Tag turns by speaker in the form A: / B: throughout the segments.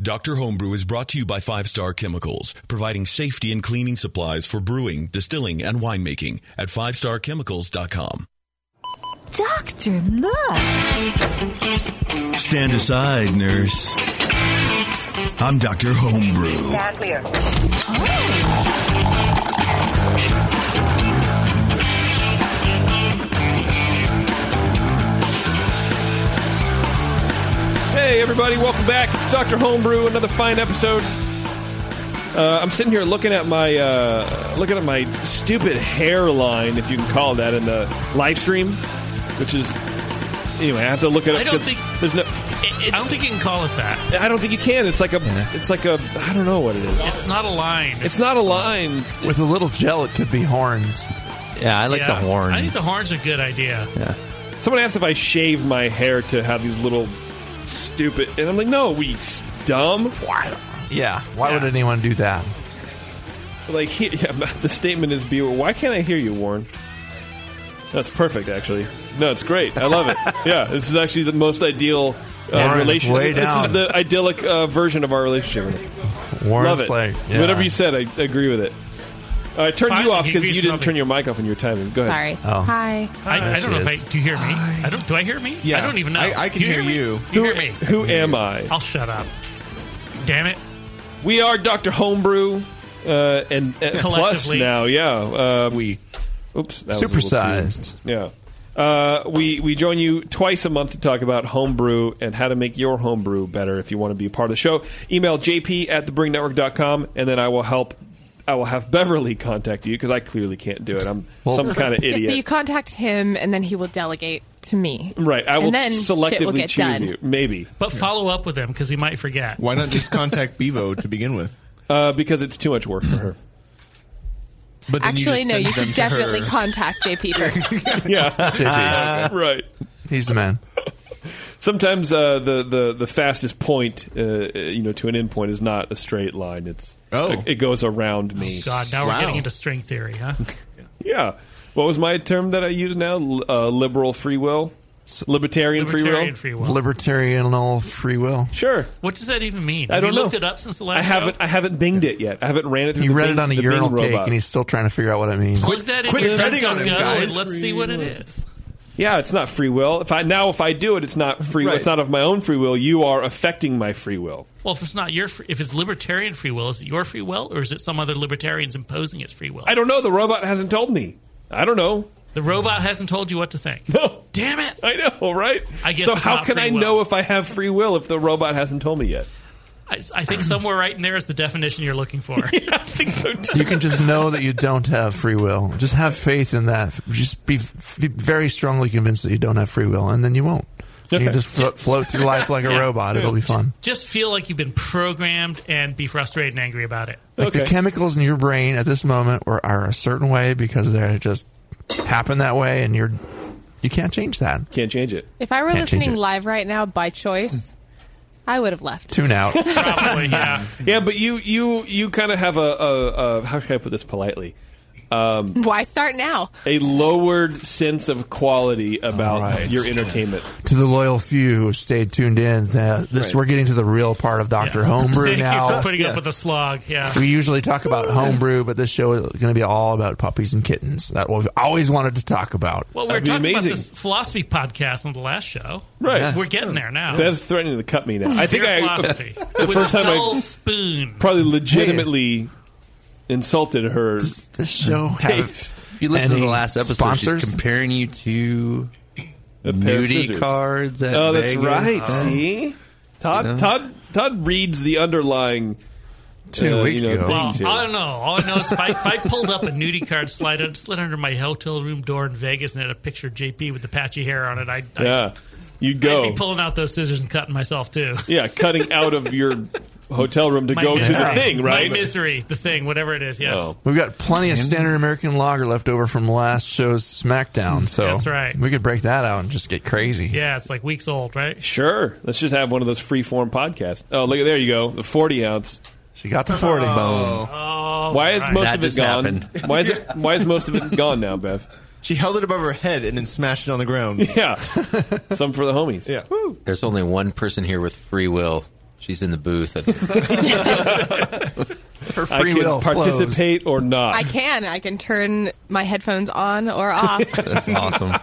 A: Dr. Homebrew is brought to you by Five Star Chemicals, providing safety and cleaning supplies for brewing, distilling, and winemaking at fivestarchemicals.com.
B: Doctor, look.
C: Stand aside, nurse. I'm Dr. Homebrew.
D: Dad Weir.
E: Hey, everybody, welcome back. It's Dr. Homebrew, another fine episode. Uh, I'm sitting here looking at my uh, looking at my stupid hairline, if you can call it that, in the live stream, which is anyway. I have to look it up.
F: I don't
E: 'cause
F: think-
E: there's no.
F: I don't think you can call it that.
E: I don't think you can. It's like a. It's like a. I don't know what it is.
F: It's not a line.
E: It's not a line.
G: With a little gel, it could be horns.
H: Yeah, I like
F: Yeah.
H: the horns.
F: I think the horn's a good idea.
E: Someone asked if I shave my hair to have these little stupid, and I'm like, no, we s- dumb. Why?
G: Yeah. Why would
F: Yeah.
G: anyone do that?
E: Like he, yeah, but the statement is be. Why can't I hear you, Warren? That's perfect, actually. No, it's great. I love it. yeah, this is actually the most ideal uh,
G: Warren's
E: relationship.
G: way
E: This is
G: down.
E: the idyllic uh, version of our relationship.
G: Warren's
E: love it.
G: like, yeah.
E: Whatever you said, I agree with it. Uh, I turned you
F: Finally,
E: off
F: he
E: because
F: agrees
E: you didn't
F: something.
E: turn your mic off in your timing. Go ahead.
B: Sorry.
G: Oh.
B: Hi.
F: I, I don't know
G: she
F: if I
G: is.
F: do. You hear me? I don't. Do I hear me?
H: Yeah.
F: I don't even know.
H: I- I can
F: Do you
H: hear
F: me?
H: you.
F: You hear me?
E: Who am I?
F: I'll shut up. Damn it!
E: We are Doctor Homebrew, uh, and uh, plus
F: Collectively.
E: now, yeah. Uh,
H: we
E: oops, that was a little too-
G: Supersized.
E: Yeah. Uh, we we join you twice a month to talk about homebrew and how to make your homebrew better. If you want to be a part of the show, email jp at thebringnetwork.com and then I will help. I will have Beverly contact you because I clearly can't do it. I'm some kind of
I: Yeah,
E: idiot.
I: so you contact him, and then he will delegate to me.
E: right. I will
I: and then
E: selectively
I: shit will get
E: choose
I: done.
E: you. Maybe
F: But follow up with him because he might forget.
H: Why not just contact Bevo to begin with?
E: uh, because it's too much work for her.
H: But then
I: Actually,
H: you just
I: no,
H: send
I: you
H: them
I: should
H: to her.
I: definitely contact JP first.
E: yeah.
G: JP.
E: right.
G: He's the man.
E: Sometimes uh, the, the the fastest point, uh, you know, to an end point is not a straight line. It's
H: Oh.
E: it, it goes around
G: Oh,
E: me.
F: God, now
H: Wow.
F: we're getting into string theory, huh?
E: Yeah. What was my term that I use now? L- Uh, liberal free will? Libertarian, free will?
F: Libertarian free will.
G: Libertarianal free will.
E: sure.
F: what does that even mean?
E: I
F: Have
E: don't
F: you
E: know.
F: looked it up since the last.
E: I haven't
F: Show?
E: I haven't binged it yet. I haven't ran it through
G: He
E: the
G: read
E: Bing-
G: it on a
E: the Bing
G: urinal cake,
E: robot.
G: and he's still trying to figure out what it means.
F: Look that
H: Quit
F: in your
H: betting
F: Ducks
H: on him,
F: Go
H: guys.
F: and let's see what it is.
E: Yeah, it's not free will. If I now if I do it, it's not free will.
H: Right.
E: It's not of my own free will. You are affecting my free will.
F: Well, if it's not your, free, if it's libertarian free will, is it your free will or is it some other libertarians imposing its free will?
E: I don't know. The robot hasn't told me. I don't know.
F: the robot hasn't told you what to think.
E: No.
F: Damn it!
E: I know, right?
F: I guess
E: so
F: it's
E: how
F: not
E: can
F: free
E: I
F: will.
E: know if I have free will if the robot hasn't told me yet?
F: I, I think somewhere right in there is the definition you're looking for.
E: I think so too.
G: You can just know that you don't have free will. Just have faith in that. Just be, be very strongly convinced that you don't have free will, and then you won't. You
E: Okay.
G: can just float, float through life like a robot. It'll be fun.
F: Just feel like you've been programmed and be frustrated and angry about it.
G: Like the
E: Okay.
G: chemicals in your brain at this moment are, are a certain way because they just happen that way, and you're you can't change that.
E: Can't change it.
I: If I were
G: Can't change
I: listening
G: it.
I: live right now by choice, I would have left.
G: Tune out.
F: Probably, yeah.
E: Yeah, but you you you kind of have a, a, a how should I put this politely?
I: Why start now?
E: a lowered sense of quality about
G: Alright.
E: your entertainment.
G: to the loyal few who stayed tuned in. Uh, this
E: Right.
G: we're getting to the real part of Doctor Homebrew
F: Thank you
G: now.
F: for putting up with a slog. Yeah.
G: we usually talk about homebrew, but this show is going to be all about puppies and kittens. That we've always wanted to talk about.
F: Well, we were
E: That'd be
F: talking
E: amazing.
F: about this philosophy podcast on the last show.
E: Right. Yeah.
F: We're getting there now.
E: Bev's threatening to cut me now. I think
F: Pure
E: I
F: philosophy. With
E: first
F: a
E: time I-
F: dull spoon.
E: probably legitimately insulted her.
G: This show has.
E: Taste.
H: If you listen to
G: Any
H: the last episode,
G: sponsors?
H: she's comparing you to
E: A pair of
H: nudie
E: scissors.
H: cards. At
E: Oh, that's
H: Vegas.
E: right.
G: Uh-huh.
H: Oh.
E: See, Todd,
H: You know?
E: Todd, Todd reads the underlying.
G: Two
E: uh,
G: weeks
E: you know,
G: ago.
F: Well,
E: things here.
F: I don't know. All I know is if I, if I pulled up a nudie card slide, I'd slid under my hotel room door in Vegas and had a picture of JP with the patchy hair on it, I'd, I'd,
E: Yeah, you
F: I'd
E: go.
F: be pulling out those scissors and cutting myself too.
E: Yeah, cutting out of your hotel room to
F: My
E: go to the
F: misery.
E: thing, right?
F: My misery, the thing, whatever it is. Yes.
E: Oh.
G: We've got plenty of standard American lager left over from last show's SmackDown, so
F: That's right.
G: We could break that out and just get crazy.
F: Yeah, it's like weeks old, right?
E: Sure. Let's just have one of those free form podcasts. Oh, look at there you go. The forty ounce.
G: She got the forty.
F: Oh,
E: Why is
F: right.
E: most
H: That
E: of it
H: just
E: gone?
H: happened.
E: Why is it? Why is most of it gone now, Bev?
J: She held it above her head and then smashed it on the ground.
E: Yeah, some for the homies.
J: yeah.
H: There's only one person here with free will.
D: She's in the booth. I think.
G: Her
E: I
G: free
E: can
G: will
E: participate or not.
I: I can. I can turn my headphones on or off.
E: That's awesome.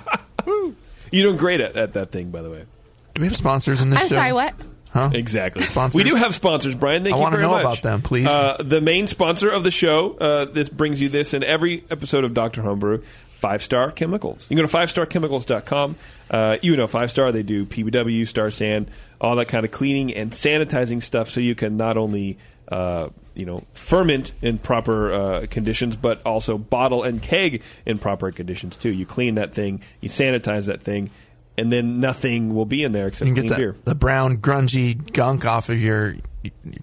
E: You're doing great at, at that thing, by the way.
G: Do we have sponsors in this
I: I'm
G: show?
I: sorry, what?
G: Huh?
E: Exactly.
G: Sponsors?
E: We do have sponsors, Brian. Thank
G: I
E: you
G: wanna
E: very
G: know
E: much.
G: about them, please.
E: Uh, the main sponsor of the show. Uh, this brings you this in every episode of Doctor Homebrew. Five Star Chemicals. You can go to fivestarchemicals.com. Uh, you know Five Star. They do PBW, Star Sand, all that kind of cleaning and sanitizing stuff. So you can not only uh, you know ferment in proper uh, conditions, but also bottle and keg in proper conditions too. You clean that thing, you sanitize that thing, and then nothing will be in there except
G: You can
E: clean
G: get
E: beer.
G: that, the brown, grungy gunk off of your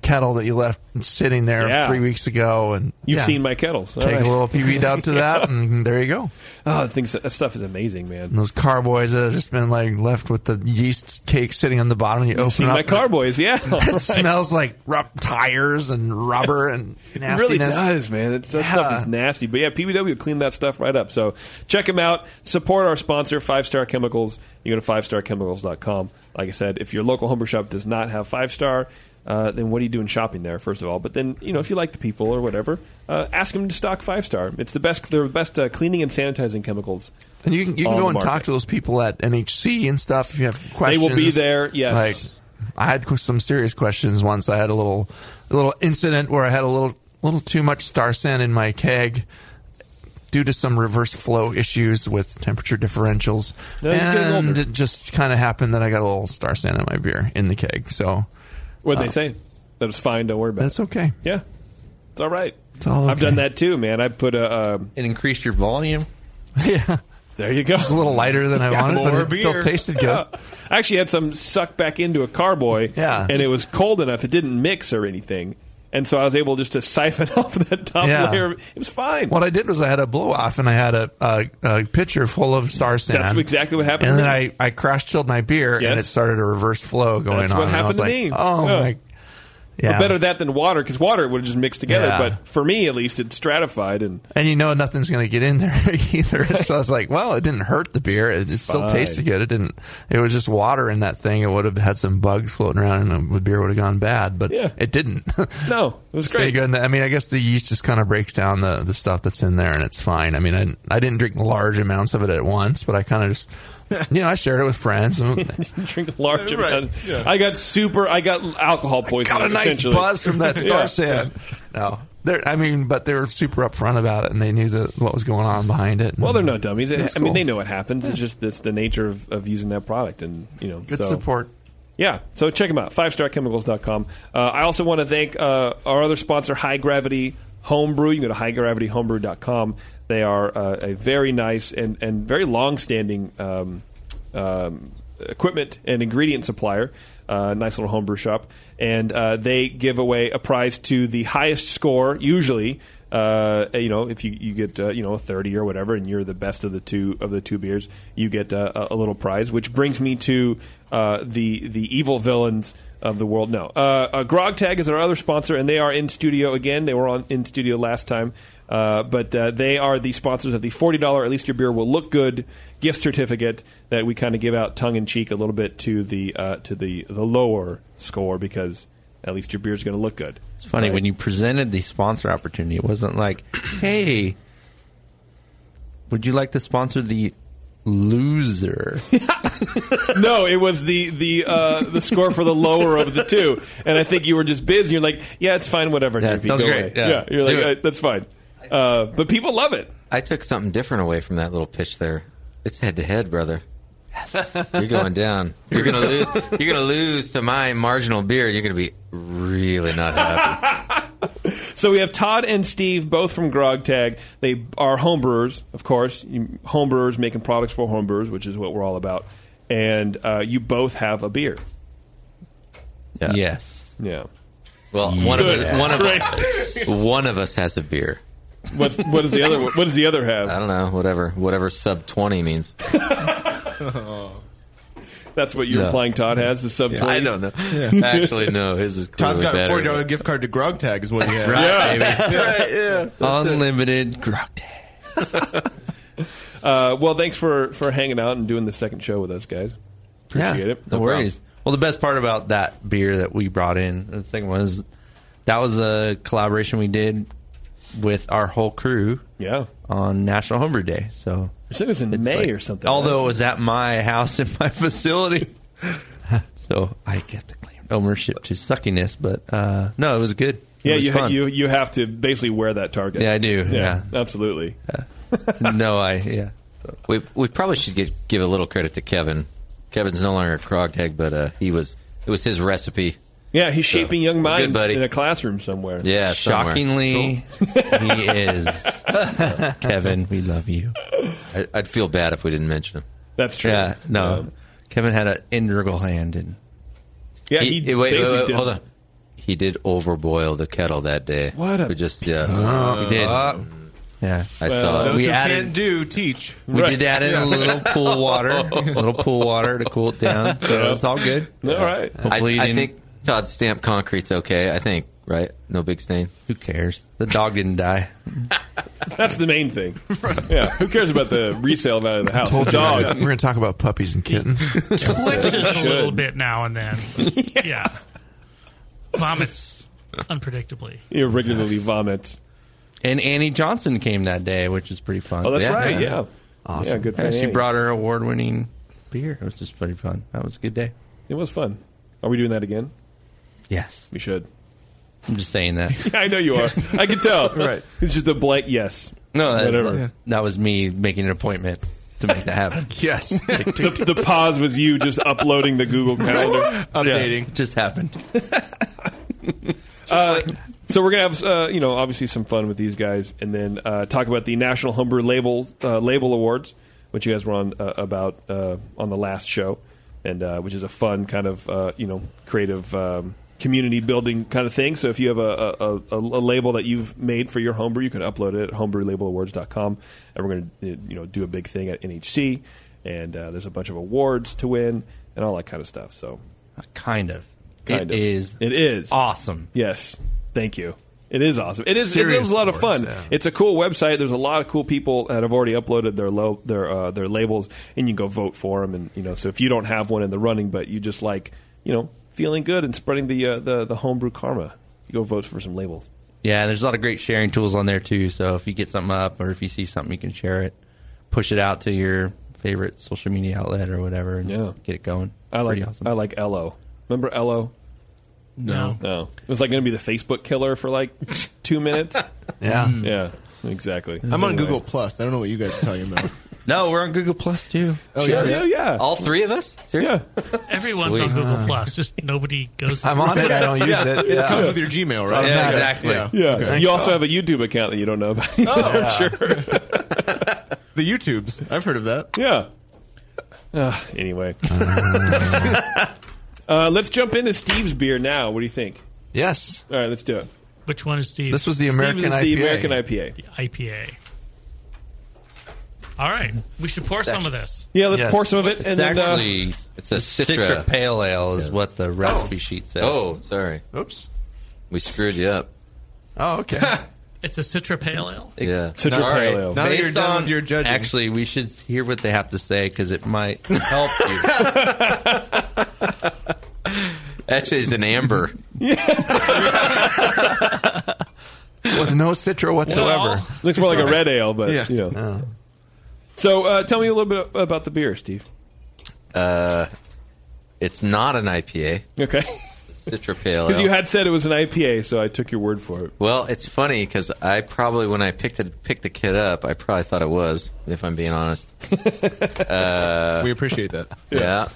G: kettle that you left sitting there
E: Yeah.
G: three weeks ago. And
E: You've
G: yeah.
E: seen my kettles. All
G: Take
E: right.
G: a little PV dub to that, and there you go.
E: Oh, that, thing's, that stuff is amazing, man.
G: And those carboys that have just been like left with the yeast cake sitting on the bottom. You open
E: See
G: up.
E: my carboys, yeah.
G: it smells like rub- tires and rubber and
E: It really
G: nastiness.
E: does, man. It's, that
G: Yeah.
E: stuff is nasty. But yeah, PBW cleaned that stuff right up. So check them out. Support our sponsor, Five Star Chemicals. You go to fivestarchemicals.com. Like I said, if your local homebrew shop does not have Five Star, uh, then what are you doing shopping there, first of all? But then, you know, if you like the people or whatever, uh, ask them to stock Five Star. It's the best, they're the best uh, cleaning and sanitizing chemicals.
G: And you can, you can
E: on
G: go
E: the
G: and talk
E: market.
G: to those people at NHC and stuff if you have
E: They
G: questions.
E: will be there, yes.
G: Like I had qu- some serious questions once. I had a little a little incident where I had a little little too much star sand in my keg due to some reverse flow issues with temperature differentials.
E: No, you're getting
G: and
E: older.
G: it just kind of happened that I got a little star sand in my beer in the keg. So
E: What'd
G: uh,
E: they say? That was fine. Don't worry about
G: That's
E: it.
G: okay.
E: Yeah. It's all right.
G: It's all
E: I've
G: okay.
E: done that too, man. I put a. Uh,
D: it increased your volume.
E: there you go.
G: It's a little lighter than I wanted, but
D: more
G: it still
D: beer.
G: tasted good.
E: Yeah. I actually had some sucked back into a carboy.
G: Yeah.
E: And it was cold enough. It didn't mix or anything. And so I was able just to siphon off that top
G: Yeah.
E: layer. It was fine.
G: What I did was I had a blow off and I had a, a, a pitcher full of star sand.
E: That's exactly what happened
G: And
E: to
G: then
E: me.
G: I, I crash chilled my beer and
E: Yes.
G: it started a reverse flow going
E: That's
G: on.
E: what
G: and I was
E: happened to
G: like,
E: me.
G: Oh
E: Yeah.
G: my.
E: But
G: Yeah.
E: Better that than water because water would have just mixed together.
G: Yeah.
E: But for me, at least, it stratified. And
G: and you know nothing's going to get in there either. So I was like, well, it didn't hurt the beer. It, it still
E: Fine.
G: tasted good. It didn't. It was just water in that thing. It would have had some bugs floating around and the beer would have gone bad, but
E: Yeah.
G: it didn't.
E: no, it was
G: Stay
E: great.
G: good. I mean, I guess the yeast just kind of breaks down the, the stuff that's in there, and it's fine. I mean, I, I didn't drink large amounts of it at once, but I kind of just, you know, I shared it with friends. and
E: Drink a large
J: Right,
E: amount.
J: yeah.
E: I got super. I got alcohol poisoning.
G: Got a nice
E: essentially.
G: buzz from that star
E: Yeah.
G: sand. No, they're, I mean, but they were super upfront about it, and they knew the, what was going on behind it.
E: Well,
G: and
E: they're no dummies.
G: it's
E: I mean,
G: cool.
E: they know what happens. It's just this the nature of, of using that product, and you know,
G: Good
E: so-
G: support.
E: Yeah, so check them out. FiveStarChemicals.com. Uh, I also want to thank uh, our other sponsor, High Gravity Homebrew. You can go to highgravityhomebrew.com. They are uh, a very nice and and very long-standing. Um, um, equipment and ingredient supplier, uh, nice little homebrew shop, and uh, they give away a prize to the highest score. Usually, uh, you know, if you, you get uh, you know a thirty or whatever, and you're the best of the two of the two beers, you get uh, a, a little prize. Which brings me to uh, the the evil villains of the world. No, uh, uh, Grog Tag is our other sponsor, and they are in studio again. They were on in studio last time, uh, but uh, they are the sponsors of the forty dollar. At least your beer will look good gift certificate that we kind of give out tongue in cheek a little bit to the uh, to the the lower score because at least your beer's going to look good.
D: It's funny when you presented the sponsor opportunity. It wasn't like, "Hey, would you like to sponsor the loser?"
E: no, it was the the uh, the score for the lower of the two, and I think you were just busy. You're like, yeah, it's fine, whatever.
D: Yeah,
E: JP,
D: sounds
E: go
D: great.
E: away."
D: Yeah.
E: you're
D: Do
E: like,
D: it.
E: uh, that's fine. Uh, but people love it.
D: I took something different away from that little pitch there. It's head to head, brother. You're going down. You're gonna lose. You're gonna lose to my marginal beer. You're gonna be really not happy.
E: So we have Todd and Steve, both from Grog Tag. They are homebrewers, of course, You- homebrewers making products for homebrewers, which is what we're all about. And uh, you both have a beer.
D: Yeah. Yes.
E: Yeah.
D: Well, one of
E: Good.
D: us, one of us, one of us has a beer.
E: What's, what does the other? What does the other
D: I
E: have?
D: don't know. Whatever. Whatever sub twenty means.
E: That's what you're
D: No.
E: implying. Todd has the sub.
D: I don't know. Actually, no. His is clearly
J: Todd's got a
D: better.
J: forty dollar gift card to Grog Tag is what he has.
D: Right, baby. Unlimited grog day.
E: Uh, well, thanks for for hanging out and doing the second show with us, guys. Appreciate
D: yeah,
E: it.
D: No, worries. Well,
H: Well, the best part about that beer that we brought in, the thing was, that was a collaboration we did with our whole crew.
E: Yeah.
H: On National Homebrew Day, so
E: I said it was in
H: it's
E: May
H: like-
E: or something.
H: Although
E: right?
H: it was at my house in my facility, so I get to claim ownership to suckiness. But uh, no, it was good. It
E: yeah,
H: was
E: you, ha-
H: fun.
E: you you have to basically wear that target.
H: Yeah, I do,
E: absolutely.
H: no, I yeah.
D: We we probably should give give a little credit to Kevin. Kevin's no longer a crog tag, but uh, he was it was his recipe.
E: Yeah, he's
D: So,
E: shaping young minds
D: Good buddy.
E: in a classroom somewhere.
D: Yeah, somewhere.
H: Shockingly, he is. Kevin, we love you.
D: I, I'd feel bad if we didn't mention him.
E: That's true. Um,
H: Yeah, no. Kevin had an integral hand in.
E: Yeah,
D: he, eh, wait, wait, wait, hold on. He did overboil the kettle that day.
H: What a-
D: we just yeah,
H: Oh,
D: we did.
H: uh,
E: Uh-huh.
H: yeah,
D: I saw. it.
H: we
D: We
H: added
J: can't do teach.
H: we did add in a little pool water, a little pool water to cool it down. So
D: Yeah.
H: it's all good.
E: All right.
H: Hopefully you
D: I, I
H: didn't-
D: think Todd stamped concrete's okay. I think right, no big stain.
H: Who cares? The dog didn't die.
E: That's the main thing. Yeah, who cares about the resale value of the house?
G: Told
E: the
G: you,
E: dog.
G: We're going to talk about puppies and kittens.
F: Twitches a
E: Should.
F: little bit now and then. yeah. Vomits unpredictably.
E: He regularly vomits.
H: And Annie Johnson came that day, which is pretty fun.
E: Oh, that's right, yeah.
H: Awesome.
E: Yeah, good for
H: she
E: Annie.
H: brought her award-winning beer. It was just pretty fun. That was a good day.
E: It was fun. Are we doing that again?
H: Yes,
E: we should.
H: I'm just saying that.
E: I know you are. I can tell.
H: Right.
E: It's just a blank yes.
H: No, that's,
E: whatever.
H: that was me making an appointment to make that happen.
G: yes.
E: the, the pause was you just uploading the Google Calendar.
H: Updating. Just happened.
E: Uh, so we're gonna have uh, you know obviously some fun with these guys, and then uh, talk about the National Homebrew Label uh, Label Awards, which you guys were on uh, about uh, on the last show, and uh, which is a fun kind of uh, you know creative um, community building kind of thing. So if you have a, a, a, a label that you've made for your homebrew, you can upload it at homebrewlabelawards.com, and we're gonna uh, you know do a big thing at NHC, and uh, there's a bunch of awards to win and all that kind of stuff. So
H: Kind of.
E: Kind
H: It
E: of.
H: is
E: It is
H: awesome.
E: Yes. Thank you. It is awesome. It is. It
H: Serious
E: is a lot of
H: awards,
E: fun.
H: yeah.
E: It's a cool website. There's a lot of cool people that have already uploaded their lo- their uh, their labels, and you can go vote for them. And you know, so if you don't have one in the running, but you just like you know feeling good and spreading the uh, the the homebrew karma, you go vote for some labels.
H: Yeah, there's a lot of great sharing tools on there too. So if you get something up or if you see something, you can share it, push it out to your favorite social media outlet or whatever, and
E: Yeah.
H: get it going. It's
E: I like
H: pretty awesome.
E: I like Elo. Remember Elo?
F: No.
E: no. It was like going to be the Facebook killer for like two minutes.
G: Yeah. Mm.
E: yeah, exactly.
J: I'm on
E: Anyway.
J: Google Plus. I don't know what you guys are talking about.
H: No, we're on Google Plus too.
J: Oh, yeah?
E: Yeah, yeah.
D: All three of us? Seriously?
F: Everyone's
D: Sweet.
F: on Google Plus. Just nobody goes.
G: I'm on it. I don't use it.
J: It
G: Yeah.
J: comes with your Gmail, right?
H: Yeah, exactly.
J: Yeah.
E: Yeah.
J: Okay.
E: You also have a YouTube account that you don't know about. either, I'm sure.
J: The YouTubes. I've heard of that.
E: Yeah. Uh, anyway, uh, let's jump into Steve's beer now. What do you think?
G: Yes.
E: All right, let's do it.
F: Which one is Steve?
G: This was the American
E: Steve's the
G: IPA.
E: American IPA.
F: IPA. All right, we should pour some of this.
E: Yeah, let's
G: Yes.
E: pour some of it.
H: It's
E: And then, uh,
H: actually
D: It's a
H: Citra
D: Citra.
H: Pale Ale is what the recipe sheet says.
D: Oh, sorry,
G: Oops.
D: we screwed you up.
G: Oh, okay.
F: It's a Citra Pale Ale.
D: Yeah,
E: Citra
D: All right.
E: Pale Ale.
J: Now that
H: Based
J: you're done
H: on
J: with your judging.
H: actually, we should hear what they have to say because it might help you.
D: Actually, it's an amber.
G: with no citra whatsoever.
F: Well,
E: looks more like a red ale, but
J: Yeah.
E: you know. So uh, tell me a little bit about the beer, Steve.
D: it's not an IPA.
E: Okay,
D: Citra Pale
E: because
D: Ale.
E: you had said it was an IPA, so I took your word for it.
D: well, it's funny because I probably when I picked it, picked the kid up, I probably thought it was. If I'm being honest.
J: we appreciate that.
D: Yeah.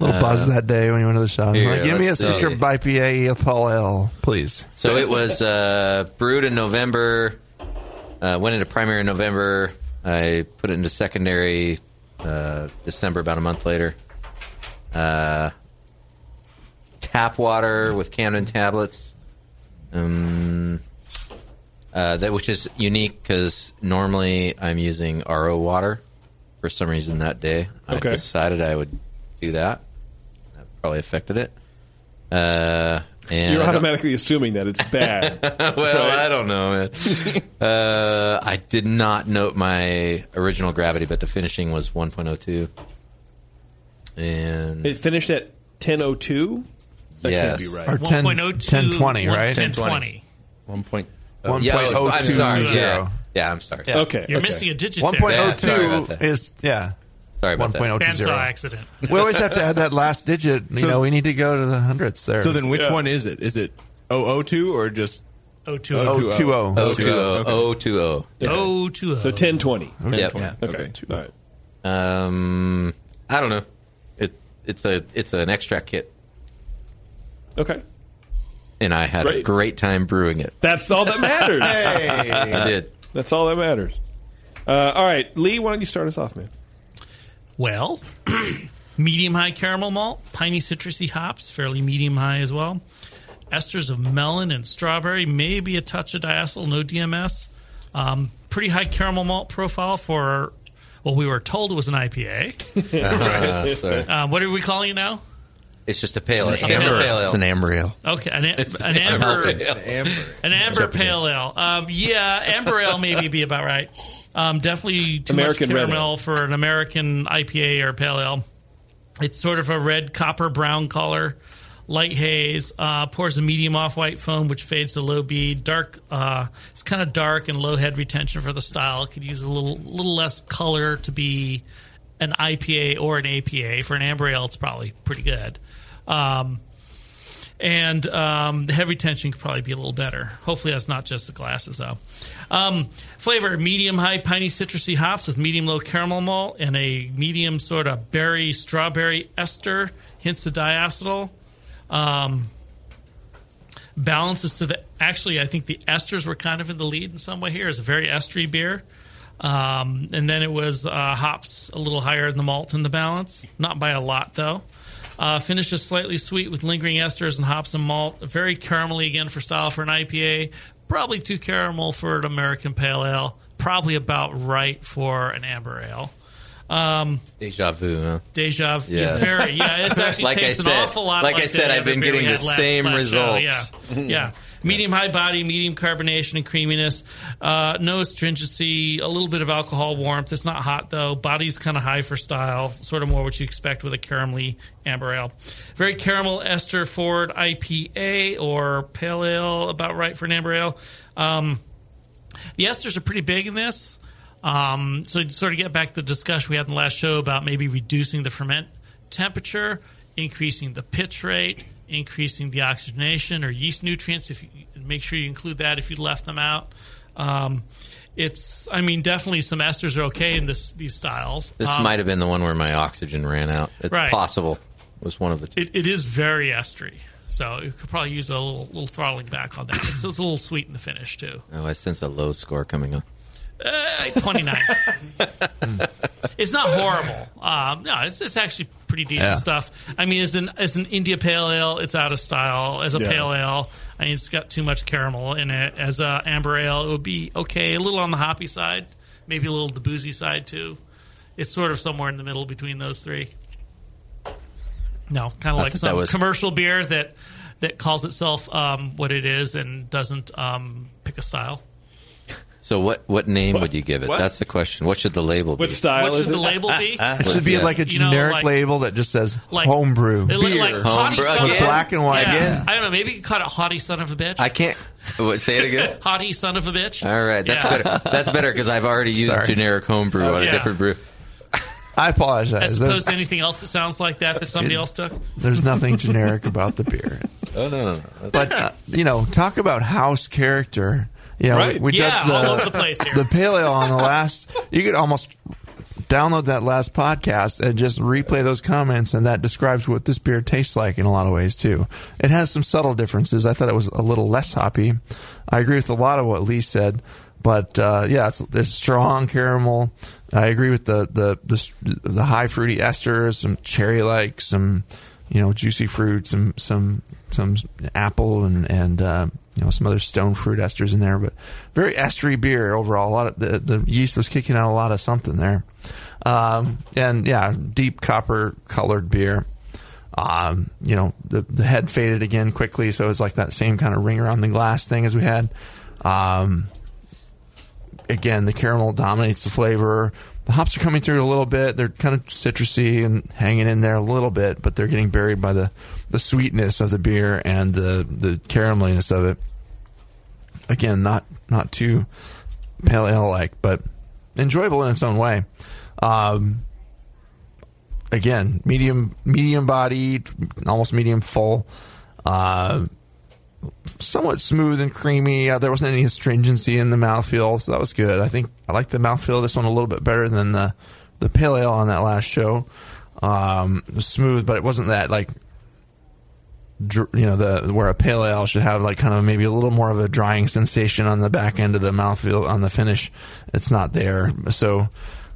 G: little buzz that day when you went to the shop.
D: yeah,
G: Like, give me a
D: Uh, let's see.
G: citra IPA Paul E L, please.
D: So it was uh, brewed in November. Uh, went into primary in November. I put it into secondary uh, December, about a month later. Uh, tap water with Camden tablets. Um, uh, that which is unique because normally I'm using RO water. For some reason that day,
E: Okay.
D: I decided I would do that. That probably affected it. Uh, and
E: You're
D: I don't-
E: automatically assuming that it's bad.
D: well,
E: Right.
D: I don't know, man. uh, I did not note my original gravity, but the finishing was 1.02. And
E: it finished at 1002? That can't
D: Yes.
E: be right.
D: Or 10
G: 1020, right?
F: 1020.
H: One point.
D: Oh, yeah, oh, I'm sorry. Yeah.
G: 1.020.
D: yeah, I'm sorry.
G: Yeah.
F: You're missing a digit there.
G: 1.02
D: Yeah,
G: is yeah.
D: Sorry about that.
G: 1.020.
F: Bandsaw accident.
G: We always have to add that last digit. You
J: So-
G: know, we need to go to the hundredths there.
J: So then, which one is it? Is it 002 or just
F: 020.
G: 020.
D: Oh,
J: 020.
D: 020. 020.
F: Oh, two oh.
E: So 1020.
D: Yep.
E: Okay. All right.
D: Um, I don't know. It it's a it's an extract kit,
E: Okay.
D: and I had a
E: Great.
D: great time brewing it.
E: That's all that matters.
D: I did.
E: That's all that matters. Uh, all right, Lee, why don't you start us off, man?
F: Well, medium high caramel malt, piney citrusy hops, fairly medium high as well. Esters of melon and strawberry, maybe a touch of diacetyl, no DMS. Um, pretty high caramel malt profile for, well, we were told it was an IPA.
D: Uh, sorry.
F: Uh, what are we calling it now?
D: It's just a pale ale.
F: It's an amber.
D: Pale ale.
H: It's an amber ale.
F: Okay, an, a- an
D: It's an
F: amber,
J: Amber.
F: an amber pale ale. Um, yeah, amber ale maybe be about right. Um, definitely too
E: American
F: much
E: red
F: caramel for an American IPA or pale ale. It's sort of a red copper brown color, light haze. Uh, pours a medium off white foam, which fades to low bead. Dark. Uh, it's kind of dark and low head retention for the style. It could use a little little less color to be an IPA or an APA. For an amber ale, it's probably pretty good. Um, and um, the heavy tension could probably be a little better. Hopefully, that's not just the glasses, though. Um, flavor medium high piney citrusy hops with medium low caramel malt and a medium sort of berry strawberry ester, hints of diacetyl. Um, balances to the actually, I think the esters were kind of in the lead in some way here. It's a very estery beer. Um, and then it was uh, hops a little higher than the malt in the balance, not by a lot though. Uh, finishes slightly sweet with lingering esters and hops and malt. Very caramelly again for style for an IPA. Probably too caramel for an American pale ale. Probably about right for an amber ale. Um,
D: Deja vu. Huh?
F: deja vu.
D: Yeah.
F: Very. Yeah, it's actually
D: Like I
F: tastes
D: said-
F: an awful lot.
D: like
F: Like,
D: I said,
F: that
D: I've been
F: other beer
D: getting
F: we
D: the
F: had last-
D: same
F: last show.
D: results.
F: Yeah, yeah. Medium high body, medium carbonation and creaminess. Uh, no astringency. A little bit of alcohol warmth. It's not hot though. Body's kind of high for style. Sort of more what you expect with a caramelly amber ale. Very caramel ester forward IPA or pale ale. About right for an amber ale. Um, the esters are pretty big in this. Um, so to sort of get back to the discussion we had in the last show about maybe reducing the ferment temperature, increasing the pitch rate, increasing the oxygenation or yeast nutrients. If you make sure you include that if you left them out. Um, it's, I mean, definitely some esters are okay in this these styles.
D: This
F: Um,
D: might have been the one where my oxygen ran out. It's
F: Right.
D: possible. It was one of the two.
F: it, it is very estery, so you could probably use a little, little throttling back on that. It's, it's a little sweet in the finish too.
D: Oh, I sense a low score coming up.
F: Uh, 29. it's not horrible. Um, no, it's, it's actually pretty decent
G: Yeah.
F: stuff. I mean, as an as an India Pale Ale, it's out of style. As a
E: Yeah.
F: Pale Ale, I mean, it's got too much caramel in it. As a Amber Ale, it would be okay, a little on the hoppy side, maybe a little the boozy side too. It's sort of somewhere in the middle between those three. No, kind of like
D: thought
F: some
D: that was-
F: commercial beer that that calls itself um, what it is and doesn't um, pick a style.
D: So what what name would you give it?
J: What?
D: That's the question. What should the label
E: What
D: be?
E: style
F: what
E: is
F: should the
E: it?
F: label be?
G: It should be
D: Yeah.
G: like a
F: You know,
G: generic
F: like-
G: label that just says
F: like
G: homebrew.
F: It looked like hottie
D: Homebrew
F: son of
D: again?
F: a-
G: Black and white.
F: Yeah.
G: Again?
F: I don't know. Maybe you could call it hottie son of a bitch.
D: I can't. What, say it again.
F: hottie son of a bitch.
D: All right, that's
F: Yeah.
D: better. That's better because I've already used
G: Sorry.
D: generic homebrew on
F: yeah.
D: a different brew.
G: I apologize.
F: As
G: There's-
F: opposed to anything else that sounds like that that somebody else took.
G: There's nothing generic about the beer.
D: Oh no, no, no.
G: But, uh, you know, talk about house character. You know,
E: Right.
G: we, we
F: Yeah,
G: judged the,
F: all over the place here.
G: the pale ale on the last. You could almost download that last podcast and just replay those comments, and that describes what this beer tastes like in a lot of ways, too. It has some subtle differences. I thought it was a little less hoppy. I agree with a lot of what Lee said. But uh, yeah, it's, it's strong caramel. I agree with the the, the s- the high fruity esters, some cherry like, some you know juicy fruit, some some some apple and and uh, you know some other stone fruit esters in there, but very estery beer overall. A lot of the, the yeast was kicking out a lot of something there, um, and yeah, deep copper colored beer. Um, you know, the, the head faded again quickly, so it's like that same kind of ring around the glass thing as we had. Um, again, the caramel dominates the flavor. the hops are coming through a little bit. They're kind of citrusy and hanging in there a little bit, but they're getting buried by the, the sweetness of the beer and the, the carameliness of it. Again, not not too pale ale like, but enjoyable in its own way. Um, again, medium medium bodied, almost medium full. Uh, somewhat smooth and creamy. Uh, there wasn't any astringency in the mouthfeel, so that was good. I think I like the mouthfeel of this one a little bit better than the the pale ale on that last show. Um, it was smooth, but it wasn't that like dr- you know the where a pale ale should have like kind of maybe a little more of a drying sensation on the back end of the mouthfeel on the finish. It's not there, so